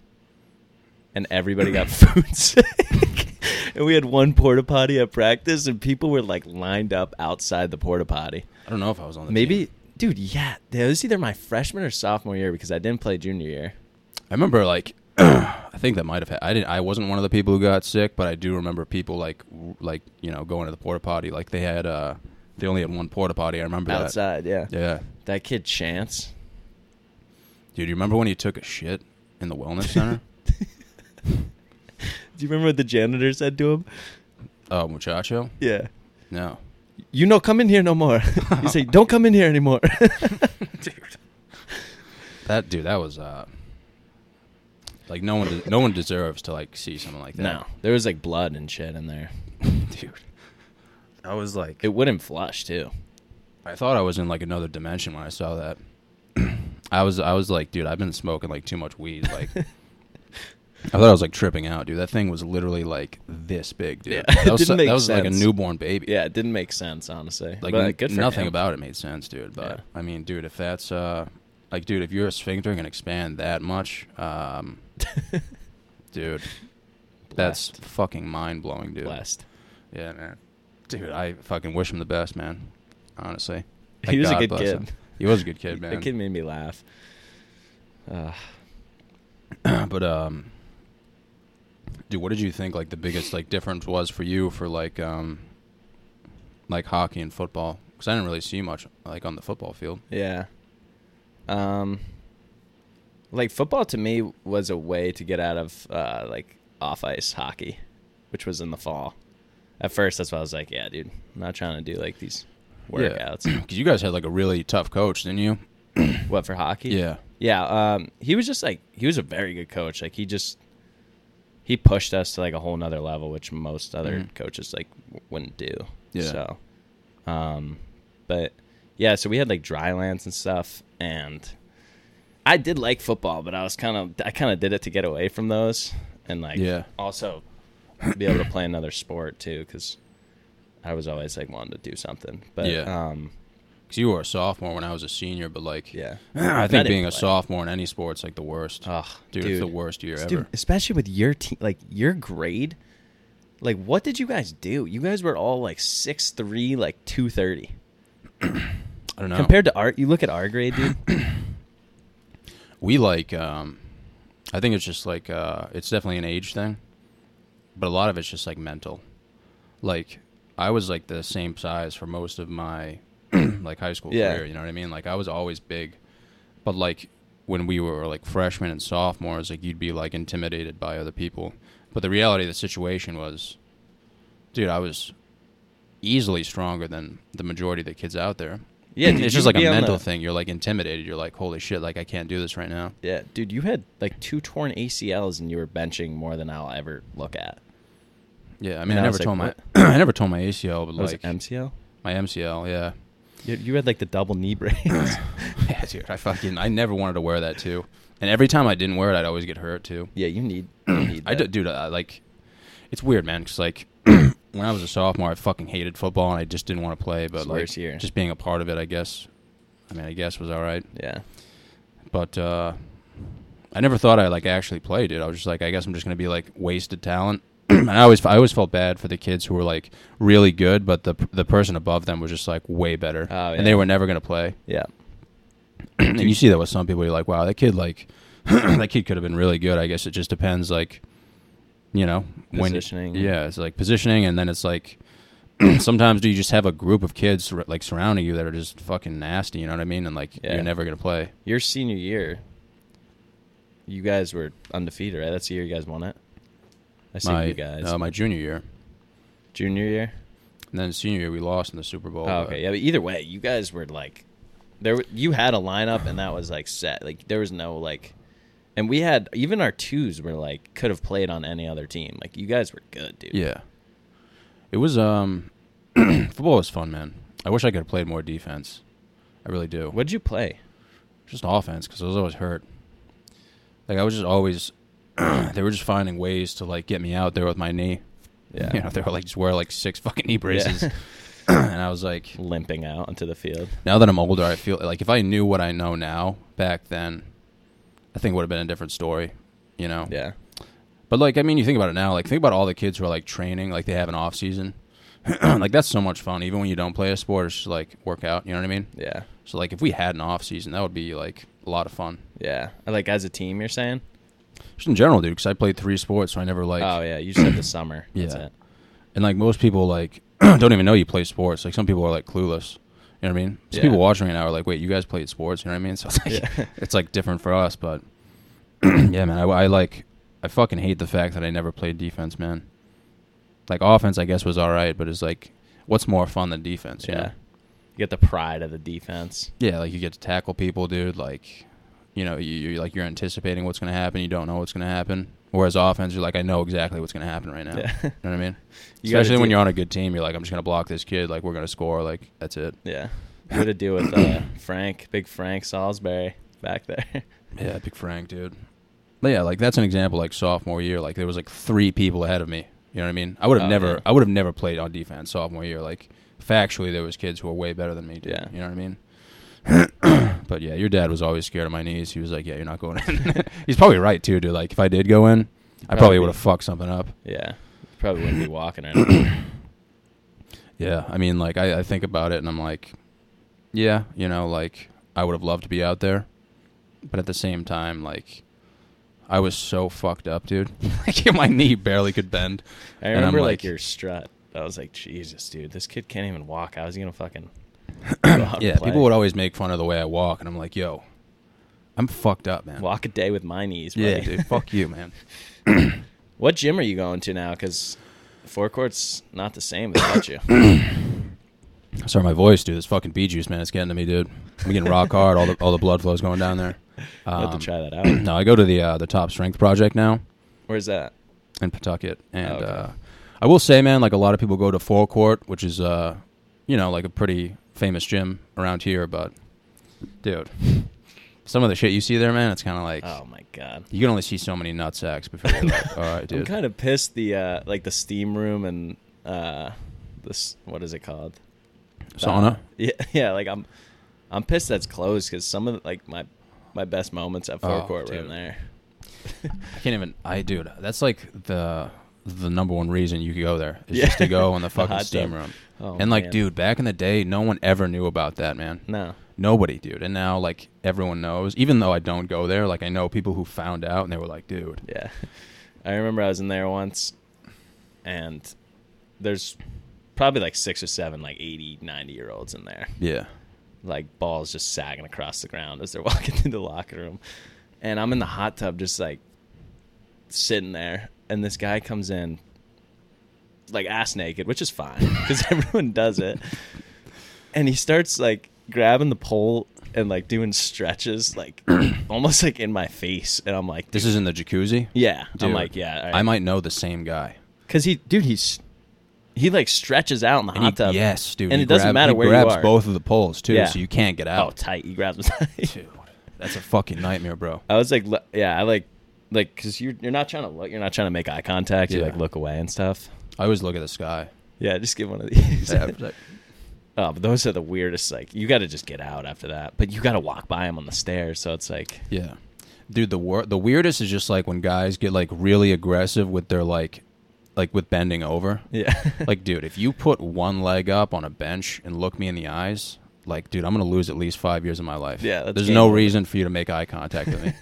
Speaker 2: and
Speaker 1: (laughs)
Speaker 2: everybody got food sick. and we had one porta potty at practice, and people were like lined up outside the porta potty.
Speaker 1: I don't know if I was on the
Speaker 2: Maybe,
Speaker 1: team.
Speaker 2: dude, yeah, that was either my freshman or sophomore year because I didn't play junior year.
Speaker 1: I remember like. (clears throat) I think that might have. Ha- I didn't. I wasn't one of the people who got sick, but I do remember people like, w- like you know, going to the porta potty. Like they had, uh they only had one porta potty. I remember
Speaker 2: Outside, yeah.
Speaker 1: that. Yeah.
Speaker 2: That kid Chance.
Speaker 1: Dude, you remember when he took a shit in the wellness
Speaker 2: (laughs)
Speaker 1: center?
Speaker 2: Do you remember what the janitor said to him?
Speaker 1: Oh, muchacho?
Speaker 2: Yeah.
Speaker 1: No.
Speaker 2: you no come in here no more. (laughs) you say don't come in here anymore. (laughs)
Speaker 1: That dude, that was uh like no one de- no one deserves to like see something like
Speaker 2: no,
Speaker 1: that.
Speaker 2: there was like blood and shit in there.
Speaker 1: (laughs) Dude. I was like
Speaker 2: It wouldn't
Speaker 1: (laughs)
Speaker 2: flush too.
Speaker 1: I thought I was in like another dimension when I saw that. (clears throat) I was I was like, dude, I've been smoking like too much weed
Speaker 2: (laughs)
Speaker 1: like I thought I was like tripping out, dude. That thing was literally like this big, dude.
Speaker 2: Yeah. (laughs)
Speaker 1: That was,
Speaker 2: Didn't
Speaker 1: so-
Speaker 2: make
Speaker 1: that was like a
Speaker 2: sense.
Speaker 1: newborn baby.
Speaker 2: Yeah, it didn't make sense honestly.
Speaker 1: like
Speaker 2: But,
Speaker 1: n-
Speaker 2: good for
Speaker 1: nothing
Speaker 2: him.
Speaker 1: about it made sense, dude. But
Speaker 2: Yeah.
Speaker 1: I mean, dude, if that's uh, like, dude, if your sphincter can expand that much,
Speaker 2: (laughs)
Speaker 1: um, dude, that's
Speaker 2: Blessed.
Speaker 1: fucking mind blowing, dude.
Speaker 2: blessed.
Speaker 1: Yeah, man. Dude, I fucking wish him the best, man. Honestly,
Speaker 2: He
Speaker 1: Like,
Speaker 2: was a
Speaker 1: God
Speaker 2: good
Speaker 1: bless
Speaker 2: kid.
Speaker 1: him. He was a good
Speaker 2: (laughs)
Speaker 1: kid, man.
Speaker 2: That kid made me laugh. Uh,
Speaker 1: but um, dude, what did you think? Like the biggest like difference was for you for like um, like hockey and football. Because I didn't really see much like on the football field.
Speaker 2: yeah. Um, like football to me was a way to get out of uh, like off ice hockey, which was in the fall. At first, that's why I was like, yeah, dude, I'm not trying to do like these
Speaker 1: (clears throat)
Speaker 2: workouts.
Speaker 1: Because you guys had like a really tough coach, didn't you?
Speaker 2: what for hockey?
Speaker 1: Yeah.
Speaker 2: yeah. Um, he was just like he was a very good coach. Like he just he pushed us to like a whole nother level, which most other
Speaker 1: Mhm.
Speaker 2: coaches like w- wouldn't do.
Speaker 1: Yeah.
Speaker 2: So, um, but yeah, so we had like dry lands and stuff, and I did like football, but I was kind of I kind of did it to get away from those and like
Speaker 1: Yeah.
Speaker 2: also be able to play another sport too because I was always like wanting to do something. But
Speaker 1: Yeah.
Speaker 2: um,
Speaker 1: Because you were a sophomore when I was a senior, but like,
Speaker 2: yeah.
Speaker 1: I
Speaker 2: didn't
Speaker 1: think being a
Speaker 2: play.
Speaker 1: sophomore in any sport's like the worst.
Speaker 2: Ugh,
Speaker 1: dude, it's the worst year
Speaker 2: Dude,
Speaker 1: ever.
Speaker 2: especially with your team, like your grade. Like, what did you guys do? You guys were all like six three, like two thirty.
Speaker 1: I don't know.
Speaker 2: Compared to art, you look at our grade,
Speaker 1: (coughs)
Speaker 2: dude.
Speaker 1: we like um i think it's just like uh it's definitely an age thing but a lot of it's just like mental like i was like the same size for most of my (clears throat) like high school
Speaker 2: Yeah.
Speaker 1: career you know what i mean like i was always big but like when we were like freshmen and sophomores like you'd be like intimidated by other people but the reality of the situation was dude i was easily stronger than the majority of the kids out there (clears throat)
Speaker 2: Yeah, dude,
Speaker 1: it's
Speaker 2: you
Speaker 1: just like
Speaker 2: could
Speaker 1: a
Speaker 2: be on
Speaker 1: mental
Speaker 2: the-
Speaker 1: thing you're like intimidated you're like holy shit like i can't do this right now
Speaker 2: yeah, dude, you had like two torn ACLs, and you were benching more than I'll ever look at.
Speaker 1: Yeah, I
Speaker 2: And
Speaker 1: mean,
Speaker 2: I
Speaker 1: I, never
Speaker 2: was like, Oh,
Speaker 1: told my (clears throat) I never told my ACL, but
Speaker 2: That was
Speaker 1: like
Speaker 2: MCL.
Speaker 1: my MCL, yeah. (clears throat)
Speaker 2: You, you had like the double knee brace.
Speaker 1: (laughs) Yeah, dude, I fucking I never wanted to wear that too, and every time I didn't wear it, I'd always get hurt too.
Speaker 2: yeah, you need. You need
Speaker 1: (coughs) I d-
Speaker 2: that.
Speaker 1: dude, I, like it's weird, man. Cause like (clears throat) when I was a sophomore, I fucking hated football and I just didn't want to play. But
Speaker 2: It's the
Speaker 1: like
Speaker 2: worst year.
Speaker 1: just being a part of it, I guess. I mean, I guess was all right,
Speaker 2: Yeah,
Speaker 1: but uh, I never thought I like actually played it. I was just like, I guess I'm just gonna be like wasted talent. (clears throat) and I always, I always felt bad for the kids who were like really good, but the the person above them was just like way better,
Speaker 2: Oh, yeah.
Speaker 1: and they were never gonna play. (clears throat)
Speaker 2: yeah.
Speaker 1: and you see that with some people. You're like, wow, that kid like (clears throat) that kid could have been really good. I guess it just depends, like you know, when
Speaker 2: Positioning.
Speaker 1: yeah, it's like positioning, and then it's like (clears throat) sometimes do you just have a group of kids sur- like surrounding you that are just fucking nasty. You know what I mean? And like
Speaker 2: Yeah.
Speaker 1: you're never gonna play.
Speaker 2: Your senior year, you guys were undefeated, right? That's the year you guys won it. I see
Speaker 1: my
Speaker 2: you guys.
Speaker 1: uh, my junior year,
Speaker 2: Junior year.
Speaker 1: and then senior year we lost in the Super Bowl.
Speaker 2: Oh,
Speaker 1: but-
Speaker 2: okay, yeah, but either way, you guys were like, there. w- You had a lineup, and that was like set. Like there was no like, and we had even our twos were like could have played on any other team. Like you guys were good, dude.
Speaker 1: yeah. It was um, (clears throat) football was fun, man. I wish I could have played more defense. I really do.
Speaker 2: What'd you play?
Speaker 1: just offense because I was always hurt. Like I was just always, (clears throat) they were just finding ways to like get me out there with my knee.
Speaker 2: Yeah.
Speaker 1: (laughs) you know they were like just wear like six fucking knee
Speaker 2: (laughs)
Speaker 1: braces, (clears throat)
Speaker 2: Yeah.
Speaker 1: and I was like,
Speaker 2: (laughs) Limping out onto the field.
Speaker 1: now that I'm older, I feel like if I knew what I know now back then, I think it would have been a different story, you know.
Speaker 2: Yeah.
Speaker 1: But like I mean, you think about it now, like think about all the kids who are like training, like they have an off season. (clears throat) like that's so much fun, even when you don't play a sport, it's just like work out. You know what I mean?
Speaker 2: Yeah.
Speaker 1: So like if we had an off season, that would be like a lot of fun.
Speaker 2: Yeah. Like as a team, you're saying?
Speaker 1: just in general, dude. Because I played three sports, so I never like,
Speaker 2: oh yeah, you said
Speaker 1: (clears throat)
Speaker 2: the summer. That's
Speaker 1: Yeah.
Speaker 2: it.
Speaker 1: and like most people like (clears throat) don't even know you play sports. Like some people are like clueless. You know what I mean? Some
Speaker 2: Yeah.
Speaker 1: people watching right now are like, wait, you guys played sports? You know what I mean? (laughs) So it's like,
Speaker 2: Yeah.
Speaker 1: it's like different for us, but (clears throat) yeah, man. I, I like, I fucking hate the fact that I never played defense, man. Like offense, I guess was all right, but it's like, what's more fun than defense? you
Speaker 2: Yeah.
Speaker 1: know?
Speaker 2: You get the pride of the defense.
Speaker 1: Yeah, like you get to tackle people, dude. Like, you know, you, you're like you're anticipating what's gonna happen. You don't know what's gonna happen. Whereas offense, you're like, I know exactly what's gonna happen right now.
Speaker 2: Yeah. (laughs)
Speaker 1: You know what I mean?
Speaker 2: You gotta
Speaker 1: Especially when
Speaker 2: do-
Speaker 1: you're on a good team, you're like, I'm just gonna block this kid. Like we're gonna score. Like that's it.
Speaker 2: Yeah. You had to deal with uh, (coughs) Frank, big Frank Salisbury back there. (laughs)
Speaker 1: Yeah, Big Frank, dude. But yeah, like that's an example. Like sophomore year, like there was like three people ahead of me. You know what I mean? I would have
Speaker 2: Oh,
Speaker 1: never,
Speaker 2: yeah.
Speaker 1: I would have never played on defense sophomore year. Like factually, there was kids who were way better than me. Dude.
Speaker 2: Yeah.
Speaker 1: You know what I mean? (clears throat) but yeah, your dad was always scared of my knees. He was like, "Yeah, you're not going in." (laughs) He's probably right too, dude. Like if I did go in, I
Speaker 2: Probably.
Speaker 1: probably would have fucked something up.
Speaker 2: yeah. Probably wouldn't
Speaker 1: (coughs)
Speaker 2: be walking right now.
Speaker 1: Yeah, I mean, like I, I think about it and I'm like, yeah, you know, like I would have loved to be out there, but at the same time, like I was so fucked up, dude. (laughs) like my knee barely could bend.
Speaker 2: I
Speaker 1: And I'm
Speaker 2: remember like,
Speaker 1: like-
Speaker 2: your (clears throat) strut. I was like, Jesus, dude, this kid can't even walk. How's he
Speaker 1: (coughs)
Speaker 2: gonna fucking? go out and
Speaker 1: Yeah,
Speaker 2: play?
Speaker 1: people would always make fun of the way I walk, and I'm like, yo, I'm fucked up, man.
Speaker 2: walk a day with my knees. Buddy.
Speaker 1: yeah, dude, fuck
Speaker 2: (laughs)
Speaker 1: you, man.
Speaker 2: What gym
Speaker 1: (coughs)
Speaker 2: are you going to now? Because four court's not the same without you.
Speaker 1: Sorry, my voice, dude. This fucking bee juice, man. It's getting to me, dude. I'm getting rock hard. All the all the blood flow's going down
Speaker 2: (laughs)
Speaker 1: there.
Speaker 2: I'll have
Speaker 1: Um,
Speaker 2: to
Speaker 1: (clears throat)
Speaker 2: try that
Speaker 1: (coughs)
Speaker 2: out.
Speaker 1: No, I go to the uh, the Top Strength Project now
Speaker 2: Where's that?
Speaker 1: in Pawtucket, and
Speaker 2: okay.
Speaker 1: uh, I will say, man, like a lot of people go to Four Court, which is uh, you know, like a pretty famous gym around here. But, dude, some of the shit you see there, man, it's kind of like
Speaker 2: Oh my god.
Speaker 1: you can only see so many nut sacks before you're (laughs) like, all right,
Speaker 2: I'm
Speaker 1: dude.
Speaker 2: kind of pissed. The uh, like the steam room and uh, this what is it called?
Speaker 1: Sauna.
Speaker 2: Yeah, (laughs) yeah. Like I'm, I'm pissed that's closed because some of the, like my, my best moments at
Speaker 1: Oh,
Speaker 2: forecourt were in
Speaker 1: dude.
Speaker 2: there. (laughs)
Speaker 1: I can't even. I dude, that's like the the number one reason you could go there is
Speaker 2: Yeah.
Speaker 1: just to go in (laughs) the
Speaker 2: The
Speaker 1: fucking
Speaker 2: hot
Speaker 1: steam
Speaker 2: tub.
Speaker 1: room.
Speaker 2: Oh,
Speaker 1: and like,
Speaker 2: man.
Speaker 1: dude, back in the day, no one ever knew about that, man.
Speaker 2: No.
Speaker 1: Nobody, dude. And now, like, everyone knows. Even though I don't go there, like, I know people who found out and they were like, dude.
Speaker 2: Yeah. I remember I was in there once and there's probably like six or seven like 80, 90 year olds in there.
Speaker 1: Yeah.
Speaker 2: Like balls just sagging across the ground as they're (laughs) walking through the locker room. And I'm in the hot tub just like sitting there and this guy comes in like ass naked, which is fine (laughs) because everyone does it. And he starts like grabbing the pole and like doing stretches like
Speaker 1: (clears throat)
Speaker 2: almost like in my face and I'm like
Speaker 1: This is in the jacuzzi?
Speaker 2: yeah,
Speaker 1: Dude,
Speaker 2: I'm like, yeah,
Speaker 1: I might know the same guy.
Speaker 2: because he, dude, he's he like stretches out in the
Speaker 1: And
Speaker 2: hot
Speaker 1: he,
Speaker 2: tub.
Speaker 1: Ah, yes, dude.
Speaker 2: and
Speaker 1: he
Speaker 2: it doesn't
Speaker 1: grab-
Speaker 2: matter
Speaker 1: he
Speaker 2: where
Speaker 1: grabs
Speaker 2: you are.
Speaker 1: both of the poles, too,
Speaker 2: Yeah.
Speaker 1: so you can't get
Speaker 2: Oh,
Speaker 1: out.
Speaker 2: tight. He grabs them (laughs) tight.
Speaker 1: Dude, that's a fucking nightmare, bro.
Speaker 2: I was like, le- yeah, I like, like, cause you're you're not trying to look, you're not trying to make eye contact. You
Speaker 1: Yeah.
Speaker 2: like look away and stuff.
Speaker 1: I always look at the
Speaker 2: (laughs)
Speaker 1: sky.
Speaker 2: Yeah, just give one of these.
Speaker 1: Yeah, I was (laughs) like-
Speaker 2: oh, but those are the weirdest. Like, you got to just get out after that. But you got to walk by him on the stairs. So it's like,
Speaker 1: Yeah, dude. The wor- the weirdest is just like when guys get like really aggressive with their like, like with bending over.
Speaker 2: yeah,
Speaker 1: (laughs) like, dude, if you put one leg up on a bench and look me in the eyes, like, dude, I'm gonna lose at least five years of my life.
Speaker 2: Yeah, that's
Speaker 1: there's
Speaker 2: game
Speaker 1: no
Speaker 2: over.
Speaker 1: reason for you to make eye contact
Speaker 2: (laughs)
Speaker 1: with me.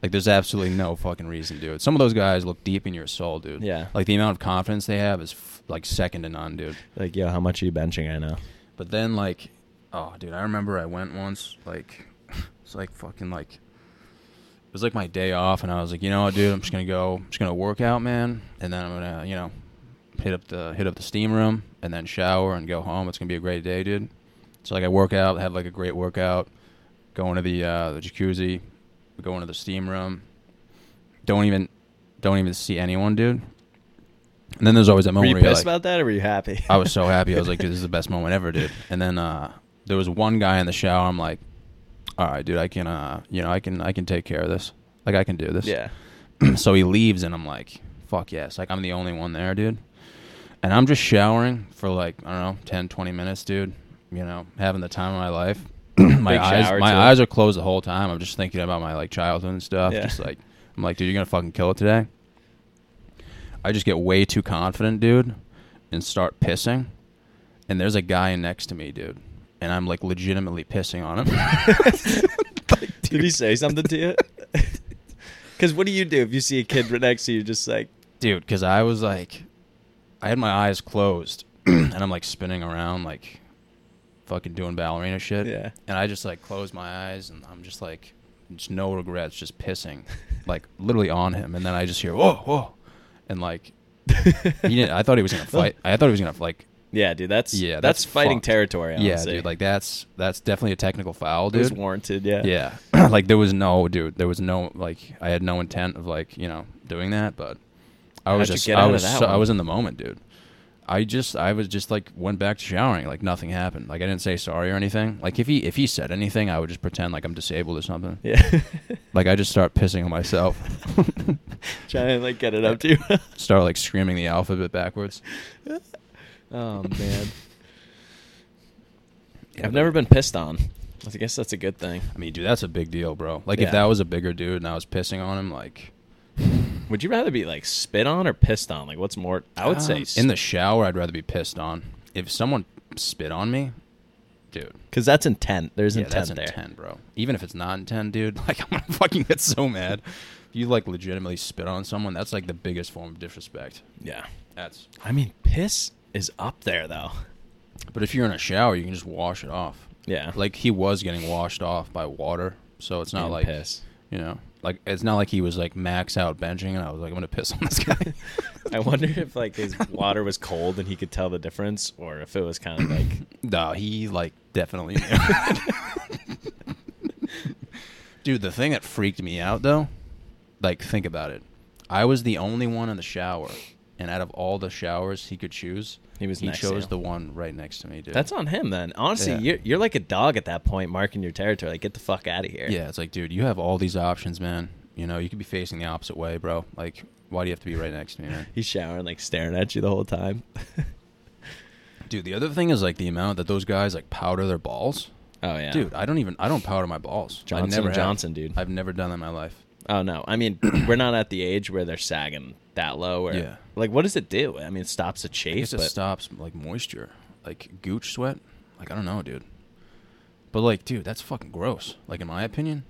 Speaker 1: like, there's absolutely no fucking reason, dude. Some of those guys look deep in your soul, dude.
Speaker 2: Yeah.
Speaker 1: like the amount of confidence they have is f- like second to none, dude.
Speaker 2: (laughs) like, yo, how much are you benching right now?
Speaker 1: But then like, oh dude, I remember I went once. Like, (laughs) it's like fucking like, it was like my day off, and I was like, you know what, dude, I'm just gonna go, I'm just gonna work out, man, and then I'm gonna, you know, hit up the hit up the steam room, and then shower and go home. It's gonna be a great day, dude. So like, I work out, have like a great workout, go into the uh, the jacuzzi, go into the steam room. Don't even, don't even see anyone, dude. And then there's always that
Speaker 2: Were
Speaker 1: moment
Speaker 2: you
Speaker 1: where you're
Speaker 2: pissed
Speaker 1: like-
Speaker 2: about that, or were you happy?
Speaker 1: (laughs) I was so happy. I
Speaker 2: (laughs)
Speaker 1: was like, dude, this is the best moment ever, dude. And then uh, there was one guy in the shower. I'm like, all right, dude, I can, uh, you know, I can, I can take care of this. Like, I can do this.
Speaker 2: yeah,
Speaker 1: (clears throat) so he leaves, and I'm like, fuck yes. Like, I'm the only one there, dude. And I'm just showering for like I don't know, 10, 20 minutes, dude. You know, having the time of my life. (clears throat) my
Speaker 2: Big
Speaker 1: eyes,
Speaker 2: shower,
Speaker 1: my
Speaker 2: too.
Speaker 1: eyes are closed the whole time. I'm just thinking about my like childhood and stuff.
Speaker 2: Yeah.
Speaker 1: Just like I'm like, dude, you're gonna fucking kill it today. I just get way too confident, dude, and start pissing. And there's a guy next to me, dude, and I'm like legitimately pissing on him. (laughs)
Speaker 2: Did he say something to you? (laughs) Because what do you do if you see a kid right next to you, just like,
Speaker 1: dude because i was like i had my eyes closed (clears throat) and i'm like spinning around like fucking doing ballerina shit
Speaker 2: Yeah.
Speaker 1: and i just like closed my eyes and i'm just like just no regrets just pissing like literally on him and then i just hear whoa whoa and like he didn't, i thought he was
Speaker 2: (laughs)
Speaker 1: gonna fight i thought he was gonna like
Speaker 2: yeah, dude, that's
Speaker 1: yeah
Speaker 2: that's, fighting
Speaker 1: fucked.
Speaker 2: territory. Honestly.
Speaker 1: yeah dude like that's that's definitely a technical foul
Speaker 2: it
Speaker 1: dude
Speaker 2: was warranted. Yeah,
Speaker 1: yeah (clears throat) like there was no dude there was no like i had no intent of like you know doing that but i was
Speaker 2: How'd you
Speaker 1: just
Speaker 2: get
Speaker 1: i
Speaker 2: out of
Speaker 1: was
Speaker 2: that
Speaker 1: so, i
Speaker 2: one?
Speaker 1: was in the moment dude i just i was just like went back to showering like nothing happened like i didn't say sorry or anything like if he if he said anything i would just pretend like i'm disabled or something
Speaker 2: yeah.
Speaker 1: (laughs) like i just start pissing on myself
Speaker 2: (laughs) Trying to like get it up to you.
Speaker 1: Oh.
Speaker 2: (laughs)
Speaker 1: (laughs) start like screaming the alphabet backwards
Speaker 2: oh man,
Speaker 1: (laughs) Yeah,
Speaker 2: I've
Speaker 1: but-
Speaker 2: never been pissed on. I guess that's a good thing.
Speaker 1: i mean dude that's a big deal bro like
Speaker 2: Yeah.
Speaker 1: if that was a bigger dude and i was pissing on him like
Speaker 2: Would you rather be like spit on or pissed on? Like, what's more? I would
Speaker 1: um,
Speaker 2: say
Speaker 1: in the shower i'd rather be pissed on if someone spit on me dude
Speaker 2: because that's intent. There's
Speaker 1: yeah,
Speaker 2: intent
Speaker 1: that's
Speaker 2: there.
Speaker 1: intent, bro. Even if it's not intent, dude, (laughs) like I'm gonna fucking get so mad. If you like legitimately spit on someone, that's like the biggest form of disrespect.
Speaker 2: Yeah,
Speaker 1: That's.
Speaker 2: I mean, piss is up there though.
Speaker 1: But if you're in a shower, you can just wash it off.
Speaker 2: Yeah,
Speaker 1: Like he was getting washed off by water, so it's not
Speaker 2: And
Speaker 1: like
Speaker 2: piss.
Speaker 1: You know, like it's not like he was like max out benching, and I was like, I'm gonna piss on this guy.
Speaker 2: (laughs) I wonder if like his water was
Speaker 1: (laughs)
Speaker 2: cold and he could tell the difference, or if it was kind of
Speaker 1: (coughs)
Speaker 2: like
Speaker 1: No, he like definitely. knew. (laughs) Dude, the thing that freaked me out though, like think about it. I was the only one in the shower, and out of all the showers he could choose,
Speaker 2: He was
Speaker 1: he
Speaker 2: next to
Speaker 1: chose
Speaker 2: you.
Speaker 1: the one right next to me, (laughs) dude.
Speaker 2: that's on him. Then honestly,
Speaker 1: Yeah.
Speaker 2: you're you're like a dog at that point, marking your territory. Like, get the fuck out of here.
Speaker 1: yeah. It's like, dude, you have all these options, man. You know, you could be facing the opposite way, bro. Like, why do you have to be right next to me,
Speaker 2: (laughs)
Speaker 1: man?
Speaker 2: he's showering, like staring at you the whole time. (laughs)
Speaker 1: Dude, the other thing is like the amount that those guys like powder their balls.
Speaker 2: oh yeah,
Speaker 1: Dude, I don't even I don't powder my balls. I
Speaker 2: Johnson
Speaker 1: never have.
Speaker 2: Johnson, dude.
Speaker 1: I've never done that in my life.
Speaker 2: Oh no, I mean (clears throat) we're not at the age where they're sagging that low. Or
Speaker 1: Yeah.
Speaker 2: like, what does it do? I mean, it stops the
Speaker 1: I guess
Speaker 2: chase,
Speaker 1: it
Speaker 2: but
Speaker 1: stops like moisture, like gooch sweat. Like I don't know, dude. But like, dude, that's fucking gross. Like in my opinion,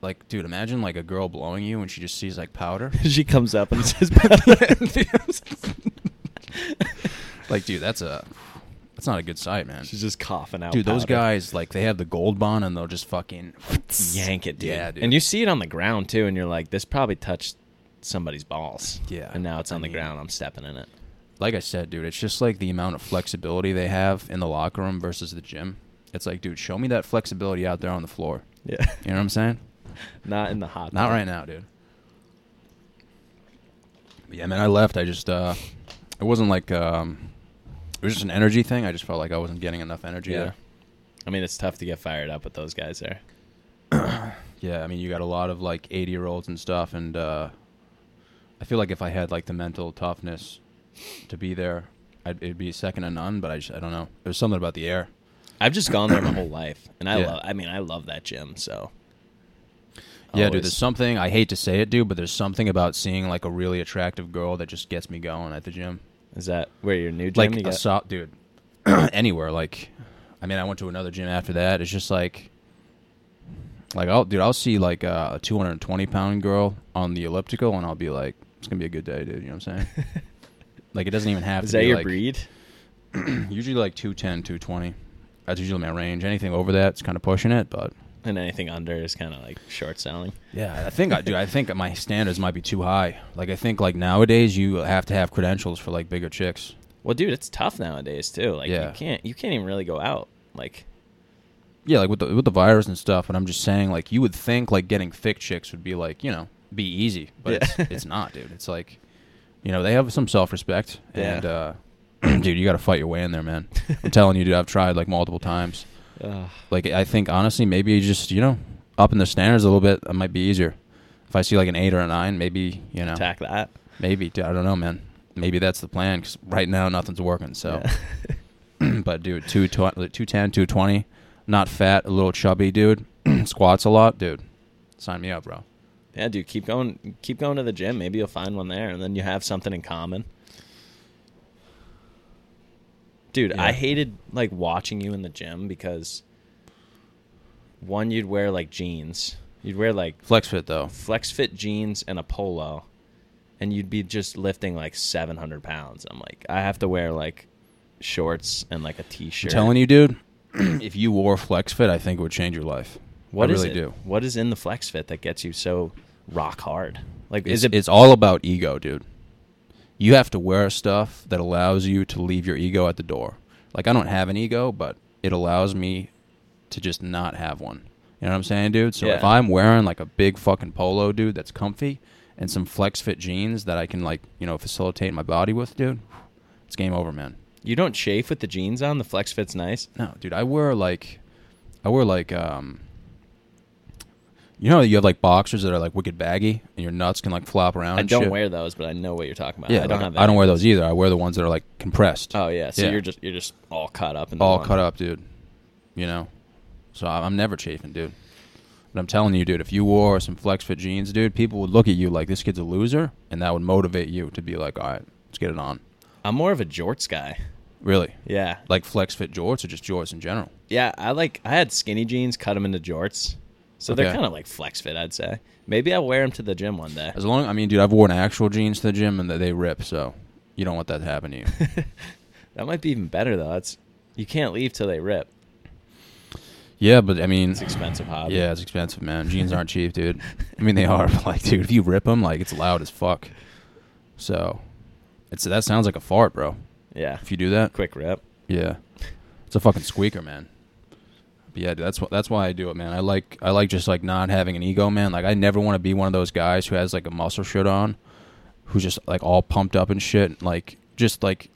Speaker 1: like, dude, imagine like a girl blowing you and she just sees like powder.
Speaker 2: (laughs) (laughs) she comes up
Speaker 1: (laughs)
Speaker 2: and says, (laughs)
Speaker 1: like, dude, that's a that's not a good sight, man.
Speaker 2: she's just coughing out.
Speaker 1: Dude, those
Speaker 2: powder.
Speaker 1: guys like they have the gold bond and they'll just fucking
Speaker 2: yank it, dude.
Speaker 1: Yeah, dude.
Speaker 2: And you see it on the ground too, and you're like, this probably touched somebody's balls.
Speaker 1: Yeah.
Speaker 2: and now it's on
Speaker 1: I
Speaker 2: the
Speaker 1: mean-
Speaker 2: ground. I'm stepping in it.
Speaker 1: like I said, dude, it's just like the amount of flexibility they have in the locker room versus the gym. It's like, dude, show me that flexibility out there on the floor.
Speaker 2: Yeah,
Speaker 1: You know what I'm saying?
Speaker 2: (laughs) not in the hot.
Speaker 1: Not
Speaker 2: tub.
Speaker 1: right now, dude. But yeah, man, I left. I just, uh, it wasn't like, um, it was just an energy thing. I just felt like I wasn't getting enough energy
Speaker 2: Yeah.
Speaker 1: there.
Speaker 2: I mean, it's tough to get fired up with those guys there.
Speaker 1: Yeah, I mean, you got a lot of like 80 year olds and stuff, and uh, I feel like if I had like the mental toughness to be there, I'd, it'd be second to none. But I just, I don't know. There's something about the air.
Speaker 2: I've just gone there my whole life, and I
Speaker 1: Yeah.
Speaker 2: love. I mean, I love that gym. So
Speaker 1: Yeah,
Speaker 2: Always.
Speaker 1: dude, there's something I hate to say it, dude, but there's something about seeing like a really attractive girl that just gets me going at the gym.
Speaker 2: Is that where your new gym?
Speaker 1: Like
Speaker 2: you
Speaker 1: a
Speaker 2: got- (laughs)
Speaker 1: so- dude, (clears throat) anywhere. Like, I mean, I went to another gym after that. It's just like, like I'll, dude, I'll see like uh, a 220 pound girl on the elliptical, and I'll be like, it's gonna be a good day, dude. You know what
Speaker 2: (laughs)
Speaker 1: I'm saying? like, it doesn't even have
Speaker 2: Is
Speaker 1: to
Speaker 2: that
Speaker 1: be
Speaker 2: your
Speaker 1: like
Speaker 2: breed?
Speaker 1: usually like 210, 220. That's usually my range. Anything over that's kind of pushing it, but
Speaker 2: And anything under is kind of like short selling.
Speaker 1: Yeah, I think I do. I think my standards might be too high. Like I think like nowadays you have to have credentials for like bigger chicks.
Speaker 2: (laughs) Well, dude, it's tough nowadays too. Like
Speaker 1: Yeah.
Speaker 2: you can't you can't even really go out. Like
Speaker 1: Yeah, like with the with the virus and stuff. But I'm just saying, like you would think like getting thick chicks would be like you know be easy, but
Speaker 2: Yeah.
Speaker 1: it's, it's not, dude. It's like you know they have some self respect,
Speaker 2: Yeah.
Speaker 1: and uh, (clears throat) dude, you got to fight your way in there, man. I'm
Speaker 2: (laughs)
Speaker 1: telling you, dude. I've tried like multiple times.
Speaker 2: uh,
Speaker 1: Like I think honestly, maybe just you know upping the standards a little bit it might be easier. If I see like an eight or a nine, maybe you know
Speaker 2: attack that.
Speaker 1: Maybe dude, I don't know, man. Maybe that's the plan because right now nothing's working.
Speaker 2: (laughs)
Speaker 1: So,
Speaker 2: Yeah.
Speaker 1: (clears throat) but dude, two tw- 210, 220, not fat, a little chubby, dude. (clears throat) Squats a lot, dude. Sign me up, bro.
Speaker 2: Yeah, dude, keep going keep going to the gym. Maybe you'll find one there and then you have something in common. Dude, I
Speaker 1: Yeah.
Speaker 2: hated like watching you in the gym because one you'd wear like jeans. You'd wear like
Speaker 1: Flex fit though.
Speaker 2: flex fit jeans and a polo and you'd be just lifting like 700 pounds i'm like i have to wear like shorts and like a
Speaker 1: I'm
Speaker 2: t-shirt
Speaker 1: telling you, dude. (clears throat) if you wore flex fit, I think it would change your life.
Speaker 2: what
Speaker 1: I
Speaker 2: is
Speaker 1: really
Speaker 2: it?
Speaker 1: do.
Speaker 2: what is in the flex fit that gets you so rock hard like
Speaker 1: It's,
Speaker 2: is it
Speaker 1: it's all about ego, dude. You have to wear stuff that allows you to leave your ego at the door. Like I don't have an ego, but it allows me to just not have one. You know what I'm saying, dude? So if
Speaker 2: Yeah.
Speaker 1: I'm wearing like a big fucking polo, dude, that's comfy and some flex fit jeans that I can like, you know, facilitate my body with, dude, it's game over, man.
Speaker 2: you don't chafe with the jeans on the flex fit's nice
Speaker 1: No, dude, I wear like I wear like um you know you have like boxers that are like wicked baggy and your nuts can like flop around
Speaker 2: i
Speaker 1: and
Speaker 2: don't
Speaker 1: shit?
Speaker 2: wear those but i know what you're talking about
Speaker 1: Yeah,
Speaker 2: i don't
Speaker 1: like,
Speaker 2: have
Speaker 1: I don't wear those either. I wear the ones that are like compressed,
Speaker 2: oh yeah so
Speaker 1: Yeah.
Speaker 2: you're just you're just all cut up and
Speaker 1: all cut up, dude. You know, so I- I'm never chafing, dude. But I'm telling you, dude, if you wore some flex fit jeans, dude, people would look at you like this kid's a loser, and that would motivate you to be like, all right, let's get it on.
Speaker 2: i'm more of a jorts guy
Speaker 1: Really,
Speaker 2: yeah
Speaker 1: like flex fit jorts or just jorts in general.
Speaker 2: Yeah, I like I had skinny jeans, cut them into jorts, so they're
Speaker 1: Okay.
Speaker 2: kind of like flex fit. I'd say maybe I'll wear them to the gym one day.
Speaker 1: As long, I mean, dude, I've worn actual jeans to the gym and they- they rip, so you don't want that to happen
Speaker 2: (laughs)
Speaker 1: to you.
Speaker 2: That might be even better though. That's you can't leave till they rip.
Speaker 1: Yeah, but I mean,
Speaker 2: It's an expensive hobby.
Speaker 1: yeah, it's expensive, man. Jeans aren't cheap, dude. I mean, they are. (laughs) But like, dude, if you rip them, like, it's loud as fuck. So, it's that sounds like a fart, bro.
Speaker 2: Yeah.
Speaker 1: If you do that,
Speaker 2: Quick rip.
Speaker 1: yeah, it's a fucking squeaker, man. But yeah, dude, that's wh- that's why I do it, man. I like I like just like not having an ego, man. Like I never want to be one of those guys who has like a muscle shirt on, who's just like all pumped up and shit. Like just like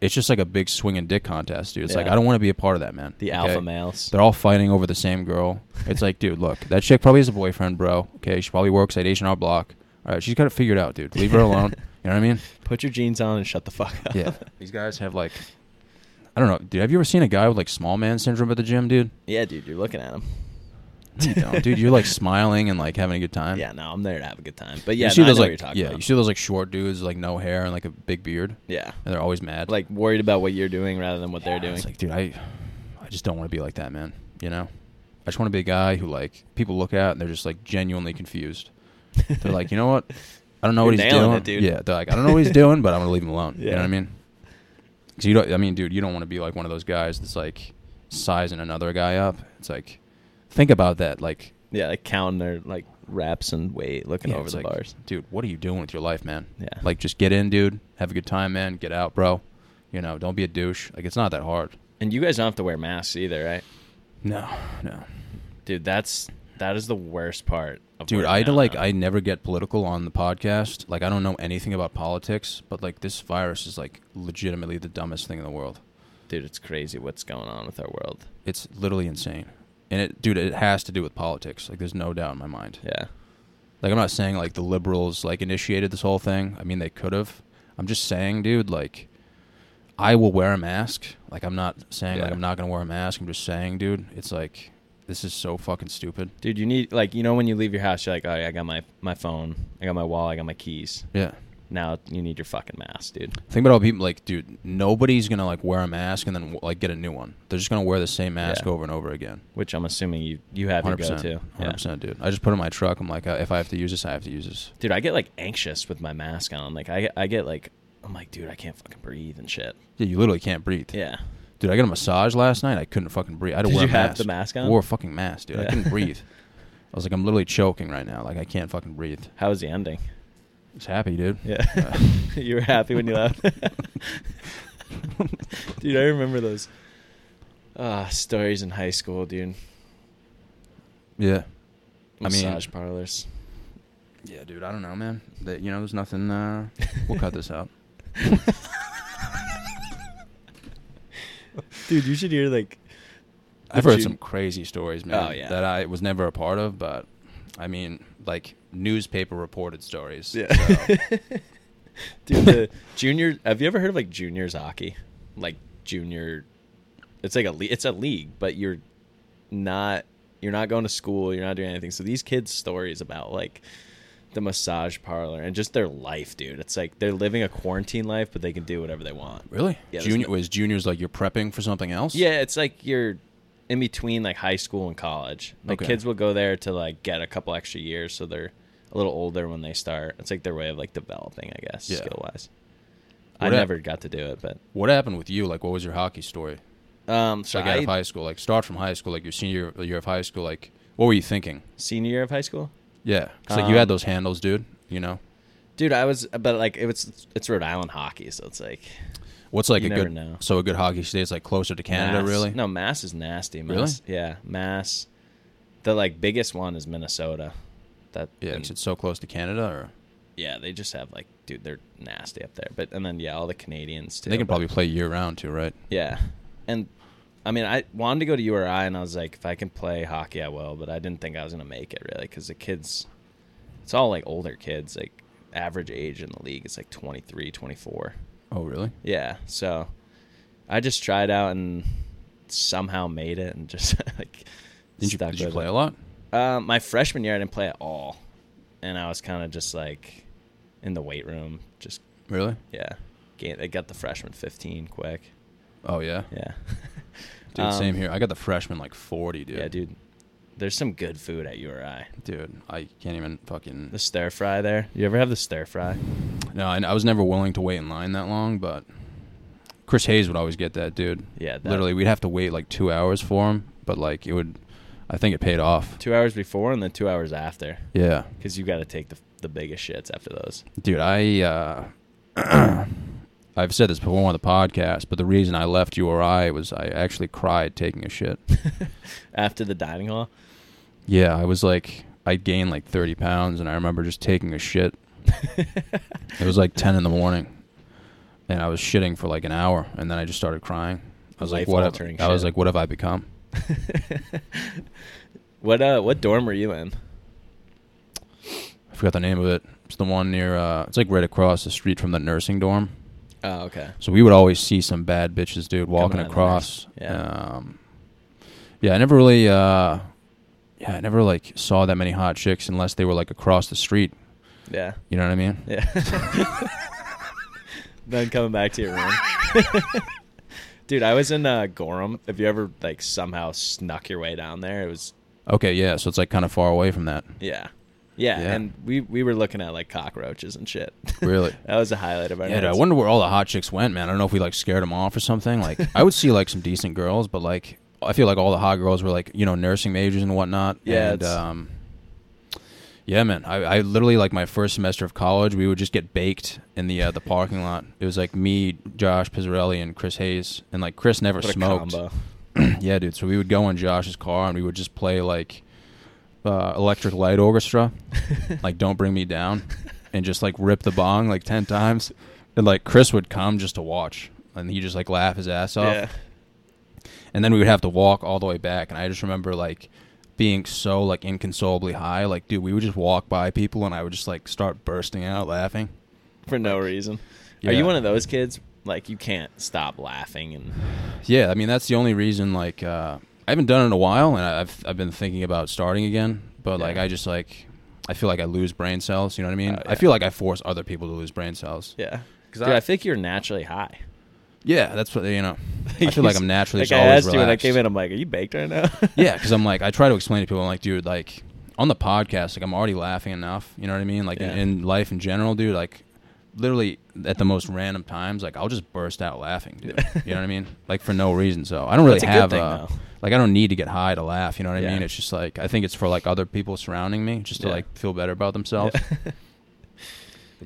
Speaker 1: it's just like a big swinging dick contest, dude. It's like
Speaker 2: Yeah.
Speaker 1: I don't want to be a part of that, man.
Speaker 2: The
Speaker 1: okay?
Speaker 2: alpha males.
Speaker 1: They're all fighting over the same girl. It's like, dude, look, that chick probably has a boyfriend, bro. Okay, she probably works at H and R Block. All right, she's got it figured out, dude. Leave
Speaker 2: (laughs)
Speaker 1: her alone. you know what I mean?
Speaker 2: Put your jeans on and shut the fuck up. (laughs)
Speaker 1: Yeah, these guys have like, I don't know, dude. Have you ever seen a guy with like small man syndrome at the gym, dude?
Speaker 2: Yeah, dude, you're looking at them.
Speaker 1: No, you don't, dude. You're like
Speaker 2: (laughs)
Speaker 1: smiling and like having a good time.
Speaker 2: Yeah, no, I'm there to have a good time. But yeah,
Speaker 1: you see
Speaker 2: no, I
Speaker 1: those
Speaker 2: know what
Speaker 1: like
Speaker 2: you're talking
Speaker 1: yeah,
Speaker 2: about.
Speaker 1: you see those like short dudes with, like no hair and like a big beard,
Speaker 2: yeah,
Speaker 1: and they're always mad.
Speaker 2: like worried about what you're doing rather than what they're
Speaker 1: Yeah,
Speaker 2: doing.
Speaker 1: It's like, dude, I, I just don't want to be like that, man. You know, I just want to be a guy who like people look at and they're just like genuinely confused. They're like, you know what? I don't know
Speaker 2: (laughs) You're
Speaker 1: what he's
Speaker 2: nailing
Speaker 1: doing.
Speaker 2: it, dude.
Speaker 1: Yeah, they're like, I don't know what
Speaker 2: (laughs)
Speaker 1: he's doing, but I'm gonna leave him alone. You know what I
Speaker 2: Yeah.
Speaker 1: mean? 'Cause you don't. I mean, dude, you don't want to be like one of those guys that's like sizing another guy up. It's like, think about that. Like,
Speaker 2: yeah, like counting their like reps and weight, looking
Speaker 1: yeah,
Speaker 2: over
Speaker 1: it's
Speaker 2: the
Speaker 1: like,
Speaker 2: bars.
Speaker 1: dude. What are you doing with your life, man?
Speaker 2: Yeah.
Speaker 1: Like, just get in, dude. Have a good time, man. Get out, bro. You know, don't be a douche. Like, it's not that hard.
Speaker 2: And you guys don't have to wear masks either, right?
Speaker 1: No, no.
Speaker 2: Dude, that's that is the worst part. Of
Speaker 1: Dude,
Speaker 2: working
Speaker 1: I
Speaker 2: out
Speaker 1: like
Speaker 2: now.
Speaker 1: I never get political on the podcast. Like I don't know anything about politics, but like this virus is like legitimately the dumbest thing in the world.
Speaker 2: dude, it's crazy what's going on with our world.
Speaker 1: It's literally insane. And it dude, it has to do with politics. Like there's no doubt in my mind.
Speaker 2: Yeah,
Speaker 1: Like I'm not saying like the liberals like initiated this whole thing. I mean they could have. I'm just saying, dude, like I will wear a mask. Like I'm not saying like
Speaker 2: Yeah.
Speaker 1: I'm not going to wear a mask. I'm just saying, dude, it's like this is so fucking stupid.
Speaker 2: dude, you need like you know when you leave your house, you're like, oh yeah, I got my my phone, I got my wallet, I got my keys.
Speaker 1: Yeah.
Speaker 2: Now you need your fucking mask, dude.
Speaker 1: Think about all people like, dude. Nobody's gonna like wear a mask and then like get a new one. They're just gonna wear the same mask
Speaker 2: Yeah.
Speaker 1: over and over again.
Speaker 2: Which I'm assuming you you have your
Speaker 1: Hundred
Speaker 2: go
Speaker 1: percent,
Speaker 2: to.
Speaker 1: hundred percent, dude. I just put it in my truck. I'm like, uh, if I have to use this, I have to use this.
Speaker 2: dude i get like anxious with my mask on like i, I get like i'm like dude i can't fucking breathe and shit
Speaker 1: Yeah, you literally can't breathe.
Speaker 2: yeah
Speaker 1: dude. I got a massage last night. I couldn't fucking breathe. I had to
Speaker 2: Did
Speaker 1: wear a
Speaker 2: you
Speaker 1: mask.
Speaker 2: have the mask on?
Speaker 1: Wore a fucking mask, dude. I
Speaker 2: Yeah.
Speaker 1: couldn't
Speaker 2: (laughs)
Speaker 1: breathe. I was like, I'm literally choking right now. Like I can't fucking breathe.
Speaker 2: how was the ending
Speaker 1: I was happy, dude. (laughs)
Speaker 2: yeah (laughs) you were happy when you left (laughs) dude i remember those uh stories in high school dude
Speaker 1: yeah. I mean-
Speaker 2: massage parlors
Speaker 1: Yeah, dude. I don't know, man. That you know, there's nothing. Uh, we'll cut this out.
Speaker 2: (laughs) dude you should hear like
Speaker 1: I've
Speaker 2: Did
Speaker 1: heard
Speaker 2: you-
Speaker 1: some crazy stories, man.
Speaker 2: Oh, yeah.
Speaker 1: That I was never a part of, but I mean, like newspaper reported stories.
Speaker 2: yeah (laughs)
Speaker 1: so-
Speaker 2: dude the junior have you ever heard of like juniors hockey like junior it's like a le- it's a league but you're not you're not going to school you're not doing anything so these kids stories about like the massage parlor and just their life dude it's like they're living a quarantine life but they can do whatever they want
Speaker 1: really?
Speaker 2: Yeah,
Speaker 1: Junior
Speaker 2: there's
Speaker 1: was juniors like you're prepping for something else.
Speaker 2: yeah it's like you're in between like high school and college like
Speaker 1: Okay.
Speaker 2: kids will go there to like get a couple extra years so they're a little older when they start it's like their way of like developing i guess
Speaker 1: Yeah.
Speaker 2: skill wise i
Speaker 1: What hap-
Speaker 2: never got to do it but
Speaker 1: What happened with you? Like, what was your hockey story?
Speaker 2: Um, so
Speaker 1: Like out
Speaker 2: I,
Speaker 1: of high school, like start from high school, like your senior year of high school. Like, what were you thinking?
Speaker 2: senior year of high school,
Speaker 1: Yeah, 'Cause, like you had
Speaker 2: Um,
Speaker 1: those handles, dude. You know,
Speaker 2: dude, I was, but like it was, it's Rhode Island hockey, so it's like
Speaker 1: what's like
Speaker 2: you
Speaker 1: a
Speaker 2: never
Speaker 1: good
Speaker 2: know.
Speaker 1: so a good hockey state is like closer to Canada,
Speaker 2: Mass.
Speaker 1: really?
Speaker 2: No, Mass is nasty.
Speaker 1: Really?
Speaker 2: Mass, Yeah, Mass. The like biggest one is Minnesota. That
Speaker 1: Yeah, 'cause
Speaker 2: and-
Speaker 1: it's so close to Canada, or
Speaker 2: yeah, they just have like, dude, they're nasty up there. But and then yeah, all the Canadians too.
Speaker 1: they can
Speaker 2: but-
Speaker 1: probably play year round too, right?
Speaker 2: Yeah. And I mean, I wanted to go to URI, and I was like, if I can play hockey, I will. But I didn't think I was gonna make it really, because the kids, it's all like older kids. Like average age in the league is like 23, 24.
Speaker 1: Oh, really?
Speaker 2: Yeah. So I just tried out and somehow made it, and just (laughs) like
Speaker 1: Did you,
Speaker 2: stuck
Speaker 1: did you
Speaker 2: with
Speaker 1: play
Speaker 2: it.
Speaker 1: a lot?
Speaker 2: Uh, my freshman year, I didn't play at all, and I was kind of just like in the weight room, just
Speaker 1: Really?
Speaker 2: yeah. Ga- I got the freshman 15 quick.
Speaker 1: Oh yeah.
Speaker 2: Yeah. (laughs)
Speaker 1: Dude,
Speaker 2: Um,
Speaker 1: same here. I got the freshman like forty, dude.
Speaker 2: Yeah, dude. There's some good food at URI.
Speaker 1: Dude, I can't even fucking.
Speaker 2: The stir fry there. You ever have the stir fry?
Speaker 1: No, I, I was never willing to wait in line that long, but Chris Hayes would always get that, dude.
Speaker 2: Yeah, that-
Speaker 1: literally, we'd have to wait like two hours for him, but like it would. I think it paid off.
Speaker 2: Two hours before and then two hours after,
Speaker 1: Yeah,
Speaker 2: because you got to take the the biggest shits after those. (laughs)
Speaker 1: dude. I uh, (clears throat) I've said this before on the podcast, but the reason I left URI was I actually cried taking a shit.
Speaker 2: after the dining hall, (laughs)
Speaker 1: yeah, I was like I gained like thirty pounds, and I remember just taking a shit. It was like ten in the morning, and I was shitting for like an hour, and then I just started crying. I was like, "What?" Have,
Speaker 2: Life-altering
Speaker 1: I was
Speaker 2: shit.
Speaker 1: like, "What have I become?"
Speaker 2: (laughs) what uh, what dorm were you in?
Speaker 1: I forgot the name of it. It's the one near. Uh, it's like right across the street from the nursing dorm.
Speaker 2: Oh, okay.
Speaker 1: So we would always see some bad bitches, dude, walking
Speaker 2: out of the
Speaker 1: across.
Speaker 2: nurse. Yeah.
Speaker 1: Um, yeah, I never really. Uh, yeah, I never like saw that many hot chicks unless they were like across the street.
Speaker 2: Yeah,
Speaker 1: You know what I mean?
Speaker 2: yeah. (laughs) then coming back to your room, (laughs) dude. I was in uh, Gorham. If you ever like somehow snuck your way down there, it was
Speaker 1: Okay, yeah. So it's like kind of far away from that.
Speaker 2: yeah, yeah.
Speaker 1: Yeah.
Speaker 2: And we we were looking at like cockroaches and shit. (laughs)
Speaker 1: Really?
Speaker 2: that was a highlight of our.
Speaker 1: Yeah, dude, I
Speaker 2: nights.
Speaker 1: wonder where all the hot chicks went, man. I don't know if we like scared them off or something. Like, I would see like some decent girls, but like, I feel like all the hot girls were like, you know, nursing majors and whatnot.
Speaker 2: Yeah,
Speaker 1: and,
Speaker 2: it's-
Speaker 1: um, yeah, man. I, I literally like my first semester of college, we would just get baked in the uh, the parking lot. It was like me, Josh Pizzarelli, and Chris Hayes, and like Chris never
Speaker 2: What a
Speaker 1: smoked.
Speaker 2: combo.
Speaker 1: (clears throat) yeah, dude. So we would go in Josh's car and we would just play like uh, Electric Light
Speaker 2: (laughs)
Speaker 1: Orchestra, (laughs) like "Don't Bring Me Down," and just like rip the bong like ten times. And like Chris would come just to watch, and he just like laugh his ass off.
Speaker 2: Yeah.
Speaker 1: And then we would have to walk all the way back. And I just remember like being so like inconsolably high. Like, dude, we would just walk by people, and I would just like start bursting out laughing.
Speaker 2: for no reason. Are
Speaker 1: Yeah.
Speaker 2: you one of those kids? Like you can't stop laughing and
Speaker 1: Yeah, I mean that's the only reason. Like, uh, I haven't done it in a while, and I- I've I've been thinking about starting again. But like,
Speaker 2: Yeah.
Speaker 1: I just like, I feel like I lose brain cells. You know what I mean?
Speaker 2: Oh,
Speaker 1: I
Speaker 2: yeah.
Speaker 1: feel like I force other people to lose brain cells.
Speaker 2: yeah.
Speaker 1: 'Cause
Speaker 2: Dude,
Speaker 1: I-
Speaker 2: I, think you're naturally high.
Speaker 1: Yeah, that's what
Speaker 2: (laughs)
Speaker 1: you know. I feel like I'm naturally
Speaker 2: Like
Speaker 1: just
Speaker 2: I
Speaker 1: always
Speaker 2: asked you when I
Speaker 1: relaxed.
Speaker 2: (laughs) came in, I'm like, "Are you baked right now?"
Speaker 1: (laughs) yeah, because I'm like, I try to explain to people, I'm like, dude, like on the podcast, like I'm already laughing enough. You know what I mean? Like
Speaker 2: Yeah.
Speaker 1: in, in life in general, dude, like literally at the most random times, like I'll just burst out laughing, dude.
Speaker 2: (laughs)
Speaker 1: you know what I mean? Like for no reason. So I don't really
Speaker 2: That's a good
Speaker 1: have
Speaker 2: thing,
Speaker 1: a-
Speaker 2: though.
Speaker 1: like I don't need to get high to laugh. You know what I
Speaker 2: Yeah.
Speaker 1: mean? It's just like I think it's for like other people surrounding me, just to
Speaker 2: (laughs) Yeah.
Speaker 1: like feel better about
Speaker 2: (laughs)
Speaker 1: themselves. But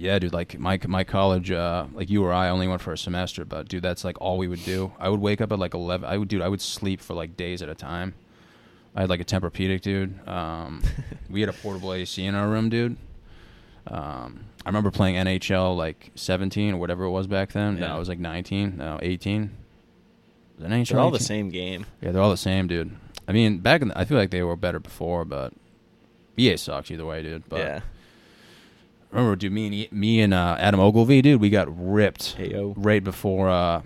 Speaker 1: Yeah, dude. Like my my college, uh, like you or I only went for a semester, but dude, that's like all we would do. I would wake up at like eleven. I would, dude. I would sleep for like days at a time. I had like a Tempur-Pedic, dude.
Speaker 2: (laughs)
Speaker 1: Um, we had a portable AC in our room, dude. Um, I remember playing NHL like seventeen or whatever it was back then. No,
Speaker 2: Yeah.
Speaker 1: I was like nineteen, no eighteen. Was it NHL?
Speaker 2: They're all the
Speaker 1: 18?
Speaker 2: same game.
Speaker 1: Yeah, they're all the same, dude. I mean, back in the, I feel like they were better before, but EA sucks either way, dude. But
Speaker 2: yeah.
Speaker 1: remember, dude, me and E- me and uh, Adam Ogilvy, dude, we got ripped
Speaker 2: Ayo.
Speaker 1: right before uh,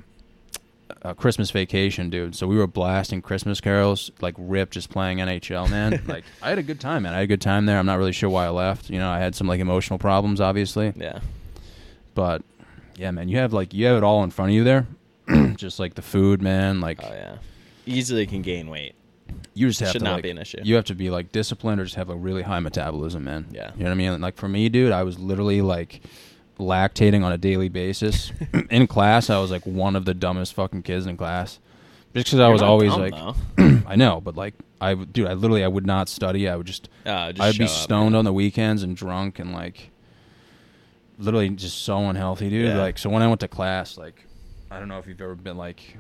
Speaker 1: uh, Christmas vacation, dude. So we were blasting Christmas carols, like ripped, just playing NHL, man. like I had a good time, man. I had a good time there. I'm not really sure why I left. You know, I had some like emotional problems, obviously,
Speaker 2: Yeah.
Speaker 1: but yeah, man, you have like you have it all in front of you there. (clears throat) just like the food, man. Like
Speaker 2: Oh yeah. Easily can gain weight.
Speaker 1: you just have
Speaker 2: Should
Speaker 1: to
Speaker 2: not
Speaker 1: like-
Speaker 2: be an issue.
Speaker 1: You have to be like disciplined or just have a really high metabolism, man.
Speaker 2: Yeah.
Speaker 1: You know what I mean? Like for me, dude, I was literally like lactating on a daily
Speaker 2: (laughs)
Speaker 1: basis. in class, I was like one of the dumbest fucking kids in class. Just because I
Speaker 2: You're
Speaker 1: was
Speaker 2: not
Speaker 1: always
Speaker 2: dumb,
Speaker 1: like,
Speaker 2: though.
Speaker 1: (clears throat) I know, but like, I would- dude, I literally, I would not study. I would just,
Speaker 2: Oh, just
Speaker 1: I'd
Speaker 2: show
Speaker 1: be
Speaker 2: up.
Speaker 1: stoned on the weekends and drunk and like, literally just so unhealthy, dude.
Speaker 2: Yeah.
Speaker 1: Like, so when I went to class, like, I don't know if you've ever been like,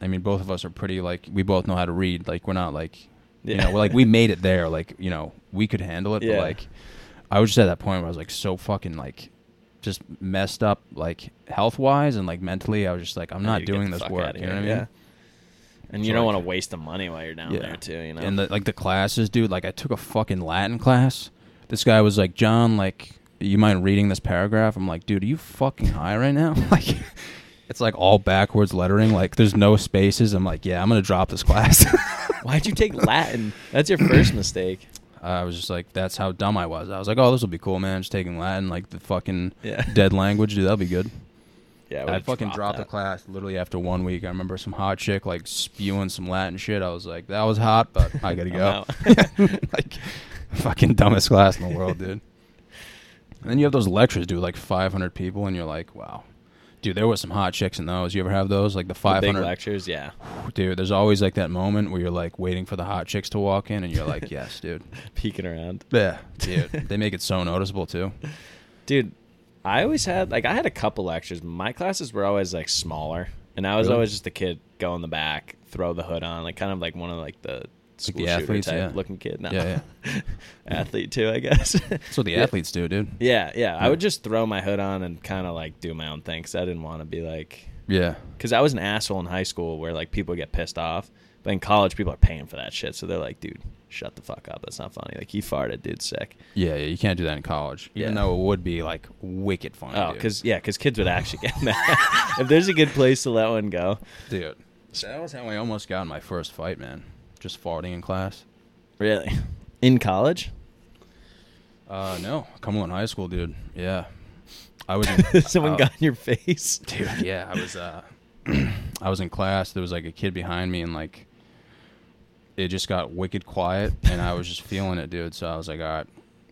Speaker 1: I mean, both of us are pretty like, we both know how to read. Like, we're not like, you know, we're like we made it
Speaker 2: (laughs)
Speaker 1: there. Like, you know, we could handle it.
Speaker 2: Yeah.
Speaker 1: But like, I was just at that point where I was like so fucking like, just messed up like health wise and like mentally. I was just like, I'm
Speaker 2: I
Speaker 1: not
Speaker 2: need to get
Speaker 1: doing
Speaker 2: the
Speaker 1: this
Speaker 2: fuck
Speaker 1: work.
Speaker 2: outta
Speaker 1: You know what I
Speaker 2: here,
Speaker 1: mean?
Speaker 2: yeah. And
Speaker 1: So,
Speaker 2: you don't
Speaker 1: like-
Speaker 2: want to waste the money while you're down there too. You know.
Speaker 1: And the, like the classes, dude. Like I took a fucking Latin class. This guy was like, John, like, you mind reading this paragraph? I'm like, dude, are you fucking high right now? (laughs) like, it's like all backwards lettering. Like, there's no spaces. I'm like, yeah, I'm gonna drop this class.
Speaker 2: (laughs)
Speaker 1: (laughs)
Speaker 2: Why'd you take Latin? That's your first mistake.
Speaker 1: I was just like, that's how dumb I was. I was like, oh, this will be cool, man. Just taking Latin, like the fucking
Speaker 2: Yeah.
Speaker 1: dead language, dude. That'll be good.
Speaker 2: Yeah.
Speaker 1: I
Speaker 2: would've
Speaker 1: fucking dropped the
Speaker 2: that.
Speaker 1: class literally after one week. I remember some hot chick like spewing some Latin shit. I was like, that was hot, but I gotta
Speaker 2: (laughs) I'm
Speaker 1: go.
Speaker 2: out.
Speaker 1: (laughs) like, fucking dumbest class in the world, dude. And then you have those lectures, dude, like 500 people, and you're like, wow. Dude, there was some hot chicks in those. You ever have those? Like the
Speaker 2: The big
Speaker 1: 500.
Speaker 2: lectures, yeah.
Speaker 1: dude, there's always like that moment where you're like waiting for the hot chicks to walk in and you're
Speaker 2: (laughs)
Speaker 1: like, yes, dude.
Speaker 2: Peeking around.
Speaker 1: Yeah. Dude, they make it so noticeable too.
Speaker 2: Dude, I always had like I had a couple lectures. My classes were always like smaller, and I was
Speaker 1: Really?
Speaker 2: always just the kid go in the back, throw the hood on, like kind of like one of like the school
Speaker 1: the
Speaker 2: shooter
Speaker 1: athletes,
Speaker 2: type
Speaker 1: yeah.
Speaker 2: looking kid. No.
Speaker 1: Yeah,
Speaker 2: (laughs) athlete too, I guess.
Speaker 1: That's what the
Speaker 2: (laughs) Yeah.
Speaker 1: athletes do, dude.
Speaker 2: Yeah, yeah. I
Speaker 1: Yeah.
Speaker 2: would just throw my hood on and kind of like do my own thing because I didn't want to be like,
Speaker 1: Yeah.
Speaker 2: because I was an asshole in high school where like people get pissed off, but in college people are paying for that shit, so they're like, dude, shut the fuck up. That's not funny. Like he farted, dude. Sick.
Speaker 1: Yeah, yeah, you can't do that in college. Even
Speaker 2: Yeah.
Speaker 1: though it would be like wicked funny.
Speaker 2: Oh,
Speaker 1: dude.
Speaker 2: because yeah, because kids would actually get (laughs) mad if there's a good place to let one go.
Speaker 1: dude, that was how I almost got in my first fight, man. Just farting in class.
Speaker 2: Really, in college, (laughs)
Speaker 1: Uh, no, Cumberland High School, dude. Yeah, I was. In,
Speaker 2: (laughs) someone
Speaker 1: uh,
Speaker 2: got in your face.
Speaker 1: (laughs) dude. Yeah, I was. Uh, (clears throat) I was in class. There was like a kid behind me, and like, it just got wicked quiet, and I was just feeling it, dude. So I was like, all right,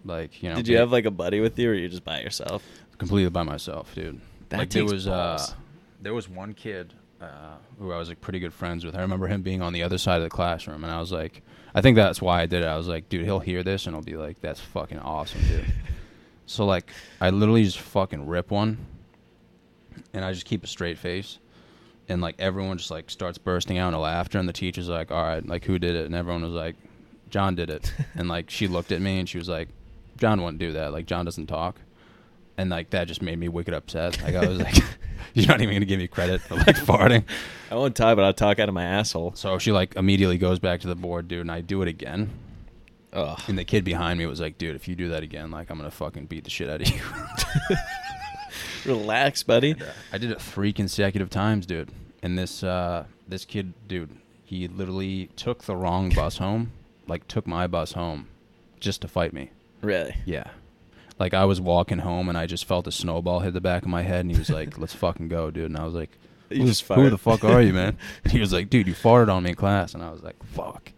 Speaker 1: like you know.
Speaker 2: Did you have like a buddy with you, or you just by yourself?
Speaker 1: completely by myself, dude.
Speaker 2: That
Speaker 1: like there
Speaker 2: takes
Speaker 1: was
Speaker 2: balls.
Speaker 1: uh there was one kid uh, who I was like pretty good friends with. I remember him being on the other side of the classroom and I was like I think that's why I did it. I was like, dude, he'll hear this and he'll be like, That's fucking awesome, dude.
Speaker 2: (laughs)
Speaker 1: so like I literally just fucking rip one and I just keep a straight face. And like everyone just like starts bursting out into laughter and the teacher's like, All right, like who did it? And everyone was like, John did
Speaker 2: (laughs)
Speaker 1: it. and like she looked at me and she was like, John wouldn't do that. Like John doesn't talk and like that just made me wicked upset. Like I was like, (laughs) "You're not even gonna give me credit for like (laughs) farting."
Speaker 2: I won't talk, but I'll talk out of my asshole.
Speaker 1: So she like immediately goes back to the board, dude, and I do it again.
Speaker 2: Ugh.
Speaker 1: And the kid behind me was like, "Dude, if you do that again, like I'm gonna fucking beat the shit out of you."
Speaker 2: (laughs)
Speaker 1: (laughs)
Speaker 2: Relax, buddy.
Speaker 1: I did it three consecutive times, dude. And this uh, this kid, dude, he literally took the wrong bus home, like took my bus home, just to fight me.
Speaker 2: Really.
Speaker 1: Yeah. Like I was walking home and I just felt a snowball hit the back of my head and he was like, "Let's fucking go, dude." And I was like,
Speaker 2: You
Speaker 1: "Who the-
Speaker 2: just
Speaker 1: "Who the
Speaker 2: farted.
Speaker 1: fuck are you,
Speaker 2: (laughs)
Speaker 1: man?" And he was like, "Dude, you farted on me in class." And I was like, "Fuck."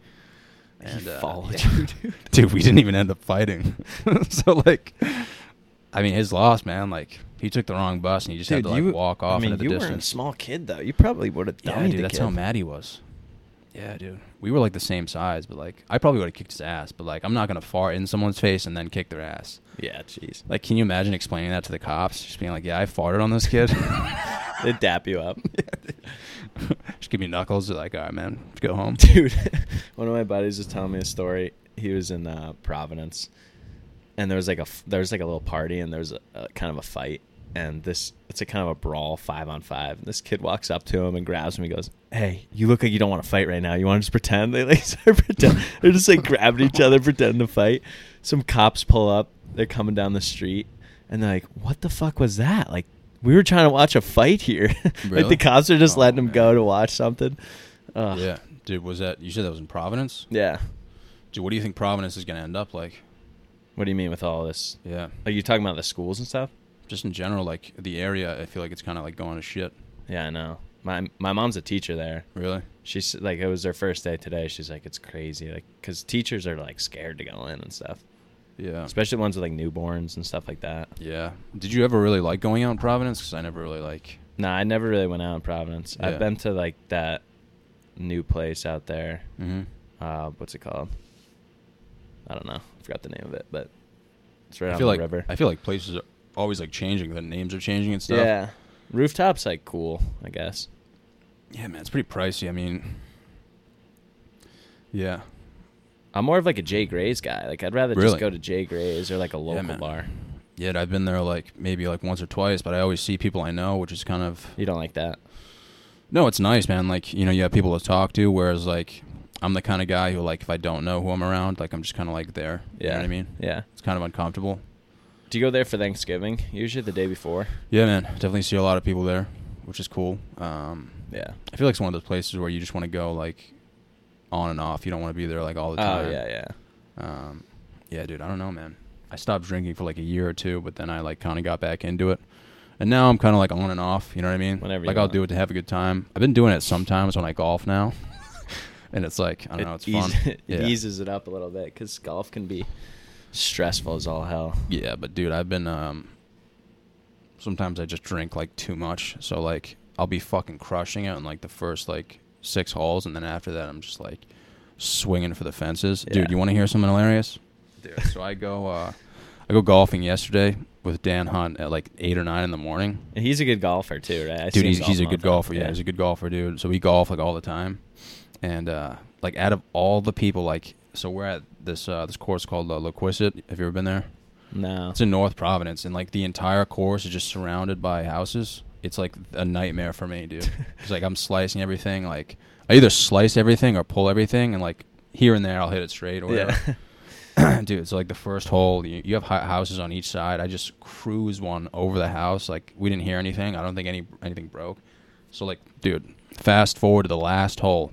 Speaker 2: And,
Speaker 1: uh,
Speaker 2: followed
Speaker 1: yeah.
Speaker 2: you, dude.
Speaker 1: (laughs) Dude, we didn't even end up fighting. (laughs) so like I mean, his loss, man. Like he took the wrong bus and he just had to like walk off
Speaker 2: I mean,
Speaker 1: into the
Speaker 2: you were a
Speaker 1: distance.
Speaker 2: small kid though. You probably would have
Speaker 1: yeah,
Speaker 2: done
Speaker 1: dude, that's how mad he was. Yeah, dude. We were like the same size, but like I probably would have kicked his ass, but like I'm not going to fart in someone's face and then kick their ass.
Speaker 2: Yeah, jeez.
Speaker 1: Like, can you imagine explaining that to the cops? Just being like, "Yeah, I farted on this kid."
Speaker 2: (laughs) They dap you
Speaker 1: (laughs)
Speaker 2: up,
Speaker 1: Just give me knuckles. They're like, "All right, man, let's go home."
Speaker 2: (laughs) dude. One of my buddies was telling me a story. He was in uh, Providence, and there was like a f- there was like a little party, and there was a, a kind of a fight, and this it's a kind of a brawl, five on five. And this kid walks up to him and grabs him. He goes, "Hey, you look like you don't want to fight right now. You want to just pretend?" (laughs) They like start pretend. They're just like grabbing each other, pretending to fight. Some cops pull up. They're coming down the street, and they're like, "What the fuck was that?" Like. We were trying to watch a fight here. (laughs) like
Speaker 1: Really?
Speaker 2: the cops are just
Speaker 1: Oh,
Speaker 2: letting them
Speaker 1: man.
Speaker 2: go to watch something. Ugh.
Speaker 1: yeah, dude. Was that you said that was in Providence?
Speaker 2: Yeah.
Speaker 1: Dude, what do you think Providence is going to end up like?
Speaker 2: What do you mean with all this?
Speaker 1: Yeah,
Speaker 2: Are you talking about the schools and stuff?
Speaker 1: just in general, like the area. I feel like it's kind of like going to shit.
Speaker 2: Yeah, I know. My my mom's a teacher there.
Speaker 1: Really?
Speaker 2: She's like, it was her first day today. She's like, it's crazy, like, because teachers are like scared to go in and stuff,
Speaker 1: Yeah.
Speaker 2: especially ones with like newborns and stuff like that.
Speaker 1: yeah. Did you ever really like going out in Providence? Because I never really like.
Speaker 2: No, I never really went out in Providence.
Speaker 1: Yeah.
Speaker 2: I've been to like that new place out there.
Speaker 1: Mm-hmm.
Speaker 2: Uh, what's it called? I don't know. I forgot the name of it, but it's right
Speaker 1: I
Speaker 2: on
Speaker 1: feel
Speaker 2: the
Speaker 1: like
Speaker 2: river.
Speaker 1: I feel like places are always like changing. The names are changing and stuff.
Speaker 2: yeah, rooftops like cool, I guess.
Speaker 1: Yeah, man. It's pretty pricey. I mean. Yeah.
Speaker 2: I'm more of like a Jay Gray's guy. Like I'd rather
Speaker 1: Really?
Speaker 2: just go to Jay Gray's or like a local
Speaker 1: man.
Speaker 2: bar.
Speaker 1: Yeah, I've been there like maybe like once or twice, but I always see people I know, which is kind of
Speaker 2: You don't like that.
Speaker 1: no, it's nice, man. Like you know, you have people to talk to. Whereas like I'm the kind of guy who like if I don't know who I'm around, like I'm just kind of like there.
Speaker 2: Yeah.
Speaker 1: you know what I mean,
Speaker 2: Yeah.
Speaker 1: it's kind of uncomfortable.
Speaker 2: Do you go there for Thanksgiving? Usually the day before.
Speaker 1: Yeah, man, definitely see a lot of people there, which is cool. Um,
Speaker 2: Yeah.
Speaker 1: I feel like it's one of those places where you just want to go like on and off. You don't want to be there like all the time.
Speaker 2: Oh yeah, yeah.
Speaker 1: Um, yeah, dude, I don't know, man. I stopped drinking for like a year or two, but then I like kind of got back into it, and now I'm kind of like on and off. You know what I mean?
Speaker 2: Whenever you
Speaker 1: like I'll
Speaker 2: want.
Speaker 1: do it to have a good time. I've been doing it sometimes when I golf now, (laughs) and it's like I don't know, it's fun.
Speaker 2: eas- (laughs) it
Speaker 1: yeah.
Speaker 2: eases it up a little bit because golf can be stressful as all hell.
Speaker 1: Yeah, but dude, I've been um, sometimes I just drink like too much. So like I'll be fucking crushing it in like the first like six holes, and then after that I'm just like swinging for the fences.
Speaker 2: Yeah.
Speaker 1: Dude, you want to hear something hilarious? Dude, so I go uh, I go golfing yesterday with Dan Hunt at like eight or nine in the morning.
Speaker 2: And he's a good golfer too, right? I see
Speaker 1: Dude,
Speaker 2: him
Speaker 1: he's,
Speaker 2: golf
Speaker 1: he's a
Speaker 2: all
Speaker 1: good
Speaker 2: the time.
Speaker 1: golfer. Yeah, he's a good golfer, dude. So we golf like all the time, and uh, like out of all the people, like so we're at this uh, this course called uh, Loquisette. Have you ever been there?
Speaker 2: No.
Speaker 1: It's in North Providence, and like the entire course is just surrounded by houses. It's like a nightmare for me, dude. it's like I'm slicing everything. Like I either slice everything or pull everything, and like here and there I'll hit it straight or
Speaker 2: (laughs) yeah.
Speaker 1: whatever. (clears throat) dude. So like the first hole, you, you have hi- houses on each side. I just cruise one over the house. Like we didn't hear anything. I don't think any anything broke. So like, dude, fast forward to the last hole.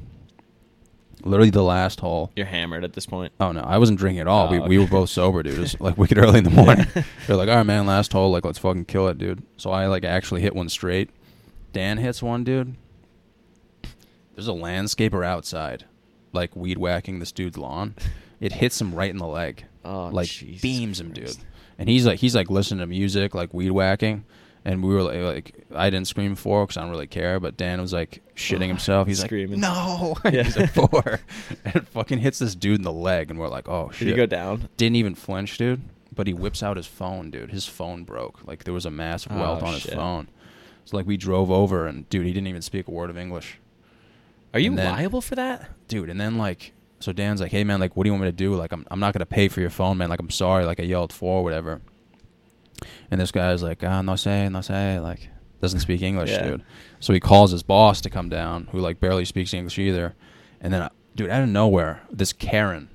Speaker 1: Literally the last hole.
Speaker 2: (laughs) You're hammered at this point.
Speaker 1: Oh no, I wasn't drinking at all.
Speaker 2: Oh,
Speaker 1: we, we
Speaker 2: okay.
Speaker 1: were both sober, dude. It
Speaker 2: (laughs)
Speaker 1: was like wicked early in the morning.
Speaker 2: Yeah.
Speaker 1: (laughs) They're like, all right, man, last hole, like let's fucking kill it, dude. So I like actually hit one straight. Dan hits one, dude. There's a landscaper outside, like weed whacking this dude's lawn. It hits him right in the leg,
Speaker 2: Oh,
Speaker 1: like
Speaker 2: Jesus
Speaker 1: beams him, dude.
Speaker 2: Christ.
Speaker 1: And he's like, he's like listening to music, like weed whacking. And we were like, like I didn't scream four because I don't really care. But Dan was like shitting himself. He's
Speaker 2: Oh, Screaming.
Speaker 1: like, no, (laughs)
Speaker 2: Yeah.
Speaker 1: he's a four, and it fucking hits this dude in the leg. And we're like, oh shit
Speaker 2: Did you go down?
Speaker 1: didn't even flinch, dude. But he whips out his phone, dude. His phone broke. Like there was a massive
Speaker 2: Oh,
Speaker 1: welt on his
Speaker 2: shit.
Speaker 1: phone. So like we drove over and dude, he didn't even speak a word of English.
Speaker 2: Are you
Speaker 1: And then-
Speaker 2: liable for that?
Speaker 1: Dude, and then like so Dan's like, Hey man, like what do you want me to do? Like I'm I'm not gonna pay for your phone, man. Like I'm sorry, like I yelled for or whatever. And this guy's like, ah, no say, no say, like doesn't speak English,
Speaker 2: Yeah.
Speaker 1: dude. So he calls his boss to come down, who like barely speaks English either. And then, uh, dude, out of nowhere, this Karen,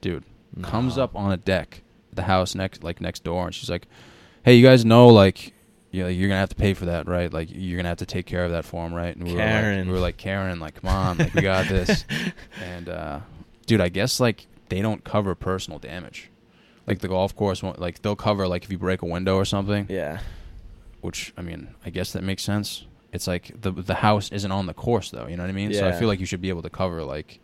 Speaker 1: dude, comes
Speaker 2: No.
Speaker 1: up on a deck, at the house next, like next door, and she's like, "Hey, you guys know like, you know, you're gonna have to pay for that, right? Like, you're gonna have to take care of that for him, right?" And we were like,
Speaker 2: Karen.
Speaker 1: we were like, Karen, like, come on, like, we got this. And uh, dude, I guess like they don't cover personal damage. Like the golf course, won't, like they'll cover like if you break a window or something
Speaker 2: Yeah.
Speaker 1: which I mean, I guess that makes sense. It's like the the house isn't on the course though, you know what I mean? So I
Speaker 2: Yeah.
Speaker 1: feel like you should be able to cover like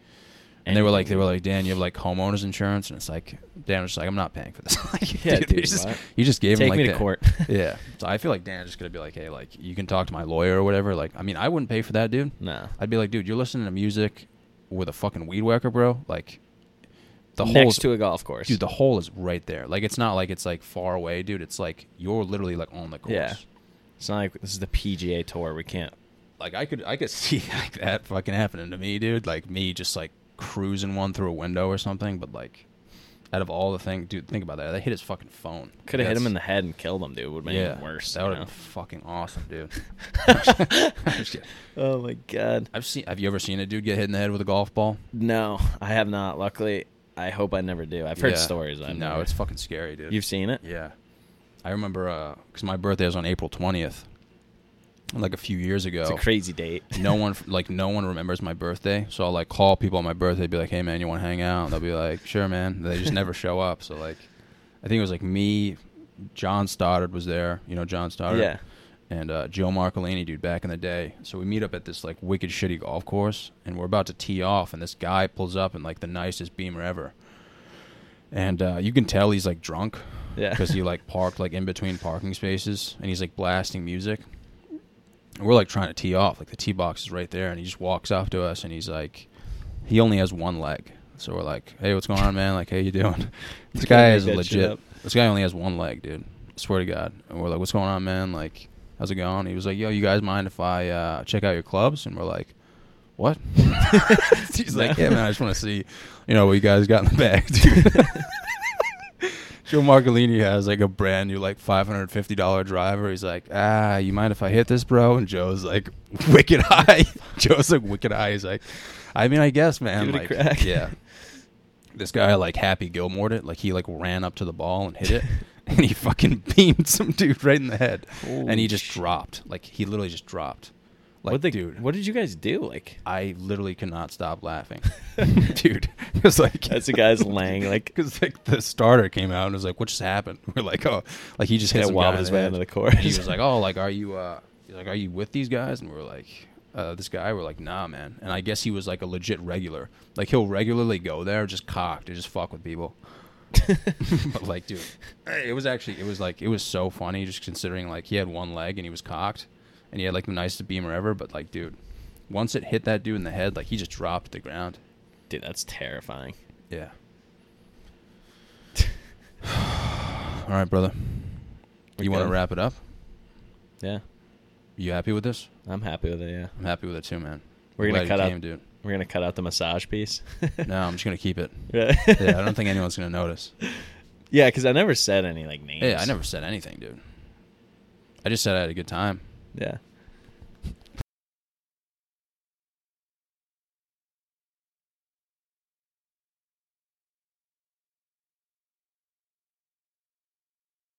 Speaker 1: and they were like, they were like, Dan, you have like homeowners insurance, and it's like, Dan was just like, I'm not paying for this. (laughs) like,
Speaker 2: Yeah,
Speaker 1: you
Speaker 2: dude,
Speaker 1: just,
Speaker 2: what?
Speaker 1: you just gave him
Speaker 2: Take
Speaker 1: like
Speaker 2: me to
Speaker 1: that.
Speaker 2: court.
Speaker 1: (laughs)
Speaker 2: (laughs)
Speaker 1: yeah, so I feel like Dan just gonna be like, hey, like you can talk to my lawyer or whatever. Like, I mean, I wouldn't pay for that, dude.
Speaker 2: No.
Speaker 1: I'd be like, dude, you're listening to music with a fucking weed whacker, bro. Like, the whole
Speaker 2: next to a golf course.
Speaker 1: dude the hole is right there like it's not like it's like far away dude it's like you're literally like on the course
Speaker 2: Yeah. It's not like this is the PGA tour. We can't.
Speaker 1: like I could (laughs) I could see like that fucking happening to me, dude. Like me just like cruising one through a window or something. But like, out of all the things, dude, think about that. That hit his fucking phone.
Speaker 2: Could have hit
Speaker 1: That's-
Speaker 2: him in the head and killed him, dude. Would have been even worse.
Speaker 1: That
Speaker 2: you
Speaker 1: would have
Speaker 2: know?
Speaker 1: been fucking awesome,
Speaker 2: (laughs)
Speaker 1: dude.
Speaker 2: Oh my god.
Speaker 1: I've seen. Have you ever seen a dude get hit in the head with a golf ball?
Speaker 2: No, I have not. Luckily, I hope I never do. I've heard
Speaker 1: Yeah.
Speaker 2: stories. I've
Speaker 1: no,
Speaker 2: never-
Speaker 1: it's fucking scary, dude.
Speaker 2: You've seen it?
Speaker 1: Yeah. I remember because my birthday was on April twentieth, like a few years ago.
Speaker 2: It's a crazy date.
Speaker 1: no one
Speaker 2: (laughs)
Speaker 1: like no one remembers my birthday so i'll like call people on my birthday be like hey man you want to hang out and they'll be like sure man And they just
Speaker 2: (laughs)
Speaker 1: never show up so like i think it was like me john stoddard was there you know john stoddard
Speaker 2: Yeah.
Speaker 1: and uh, joe marcolini dude back in the day so we meet up at this like wicked shitty golf course and we're about to tee off and this guy pulls up in like the nicest beamer ever and uh, you can tell he's like drunk
Speaker 2: Yeah. (laughs)
Speaker 1: because he like parked like in between parking spaces and he's like blasting music and we're like trying to tee off like the tee box is right there and he just walks up to us and he's like he only has one leg so we're like hey what's going on man like how you
Speaker 2: (laughs)
Speaker 1: doing (laughs) this
Speaker 2: Just
Speaker 1: guy
Speaker 2: gotta
Speaker 1: is
Speaker 2: make that shit
Speaker 1: legit
Speaker 2: up.
Speaker 1: this guy only has one leg dude swear to god and we're like what's going on man like how's it going he was like yo you guys mind if i uh, check out your clubs and we're like what (laughs) he's like yeah man i just want to see you know what you guys got in the bag dude (laughs) Joe Marcolini has like a brand new like five hundred fifty dollar driver. He's like, ah, you mind if I hit this, bro? And Joe's like, (laughs) wicked high. (laughs) Joe's like wicked high. He's like, I mean, I guess, man.
Speaker 2: Give it a
Speaker 1: like,
Speaker 2: crack. (laughs)
Speaker 1: yeah. This guy like Happy Gilmore'd it. Like he like ran up to the ball and hit it, (laughs) and he fucking (laughs) beamed some dude right in the head, and
Speaker 2: Holy
Speaker 1: he just dropped. Like he literally just dropped. Like
Speaker 2: what the
Speaker 1: dude,
Speaker 2: What did you guys do? Like,
Speaker 1: I literally could not stop
Speaker 2: (laughs)
Speaker 1: laughing, (laughs) dude. (laughs) It was like
Speaker 2: as
Speaker 1: (laughs)
Speaker 2: the guy's laying, like,
Speaker 1: because like the starter came out and was like, "What just happened?" (laughs) We're like, "Oh, like he just hit
Speaker 2: Yeah,
Speaker 1: some
Speaker 2: wobbled
Speaker 1: guy in
Speaker 2: his
Speaker 1: the
Speaker 2: way
Speaker 1: head."
Speaker 2: onto the course.
Speaker 1: And (laughs) he was like, "Oh, like are you uh, he's like are you with these guys?" And we are like, uh, "This guy." We're like, "Nah, man." And I guess he was like a legit regular. Like he'll regularly go there, just cocked, and just fuck with people. but like, dude, it was actually it was like it was so funny just considering like he had one leg and he was cocked, and he had like the nicest beamer ever. But like, dude, once it hit that dude in the head, like he just dropped to the ground.
Speaker 2: Dude, that's terrifying. (sighs)
Speaker 1: Yeah. All right, brother.
Speaker 2: We
Speaker 1: you want to
Speaker 2: good?
Speaker 1: wrap it up?
Speaker 2: Yeah,
Speaker 1: You happy with this?
Speaker 2: I'm happy with it. Yeah,
Speaker 1: I'm happy with it too, man.
Speaker 2: We're
Speaker 1: I'm
Speaker 2: gonna
Speaker 1: glad
Speaker 2: cut
Speaker 1: you
Speaker 2: out-
Speaker 1: came, dude.
Speaker 2: we're gonna cut out the massage piece.
Speaker 1: No, I'm just gonna keep it.
Speaker 2: (laughs) yeah,
Speaker 1: Yeah, I don't think anyone's gonna
Speaker 2: (laughs)
Speaker 1: notice.
Speaker 2: Yeah, because I never said any like names.
Speaker 1: Yeah, I never said anything, dude. I just said I had a good time.
Speaker 2: Yeah,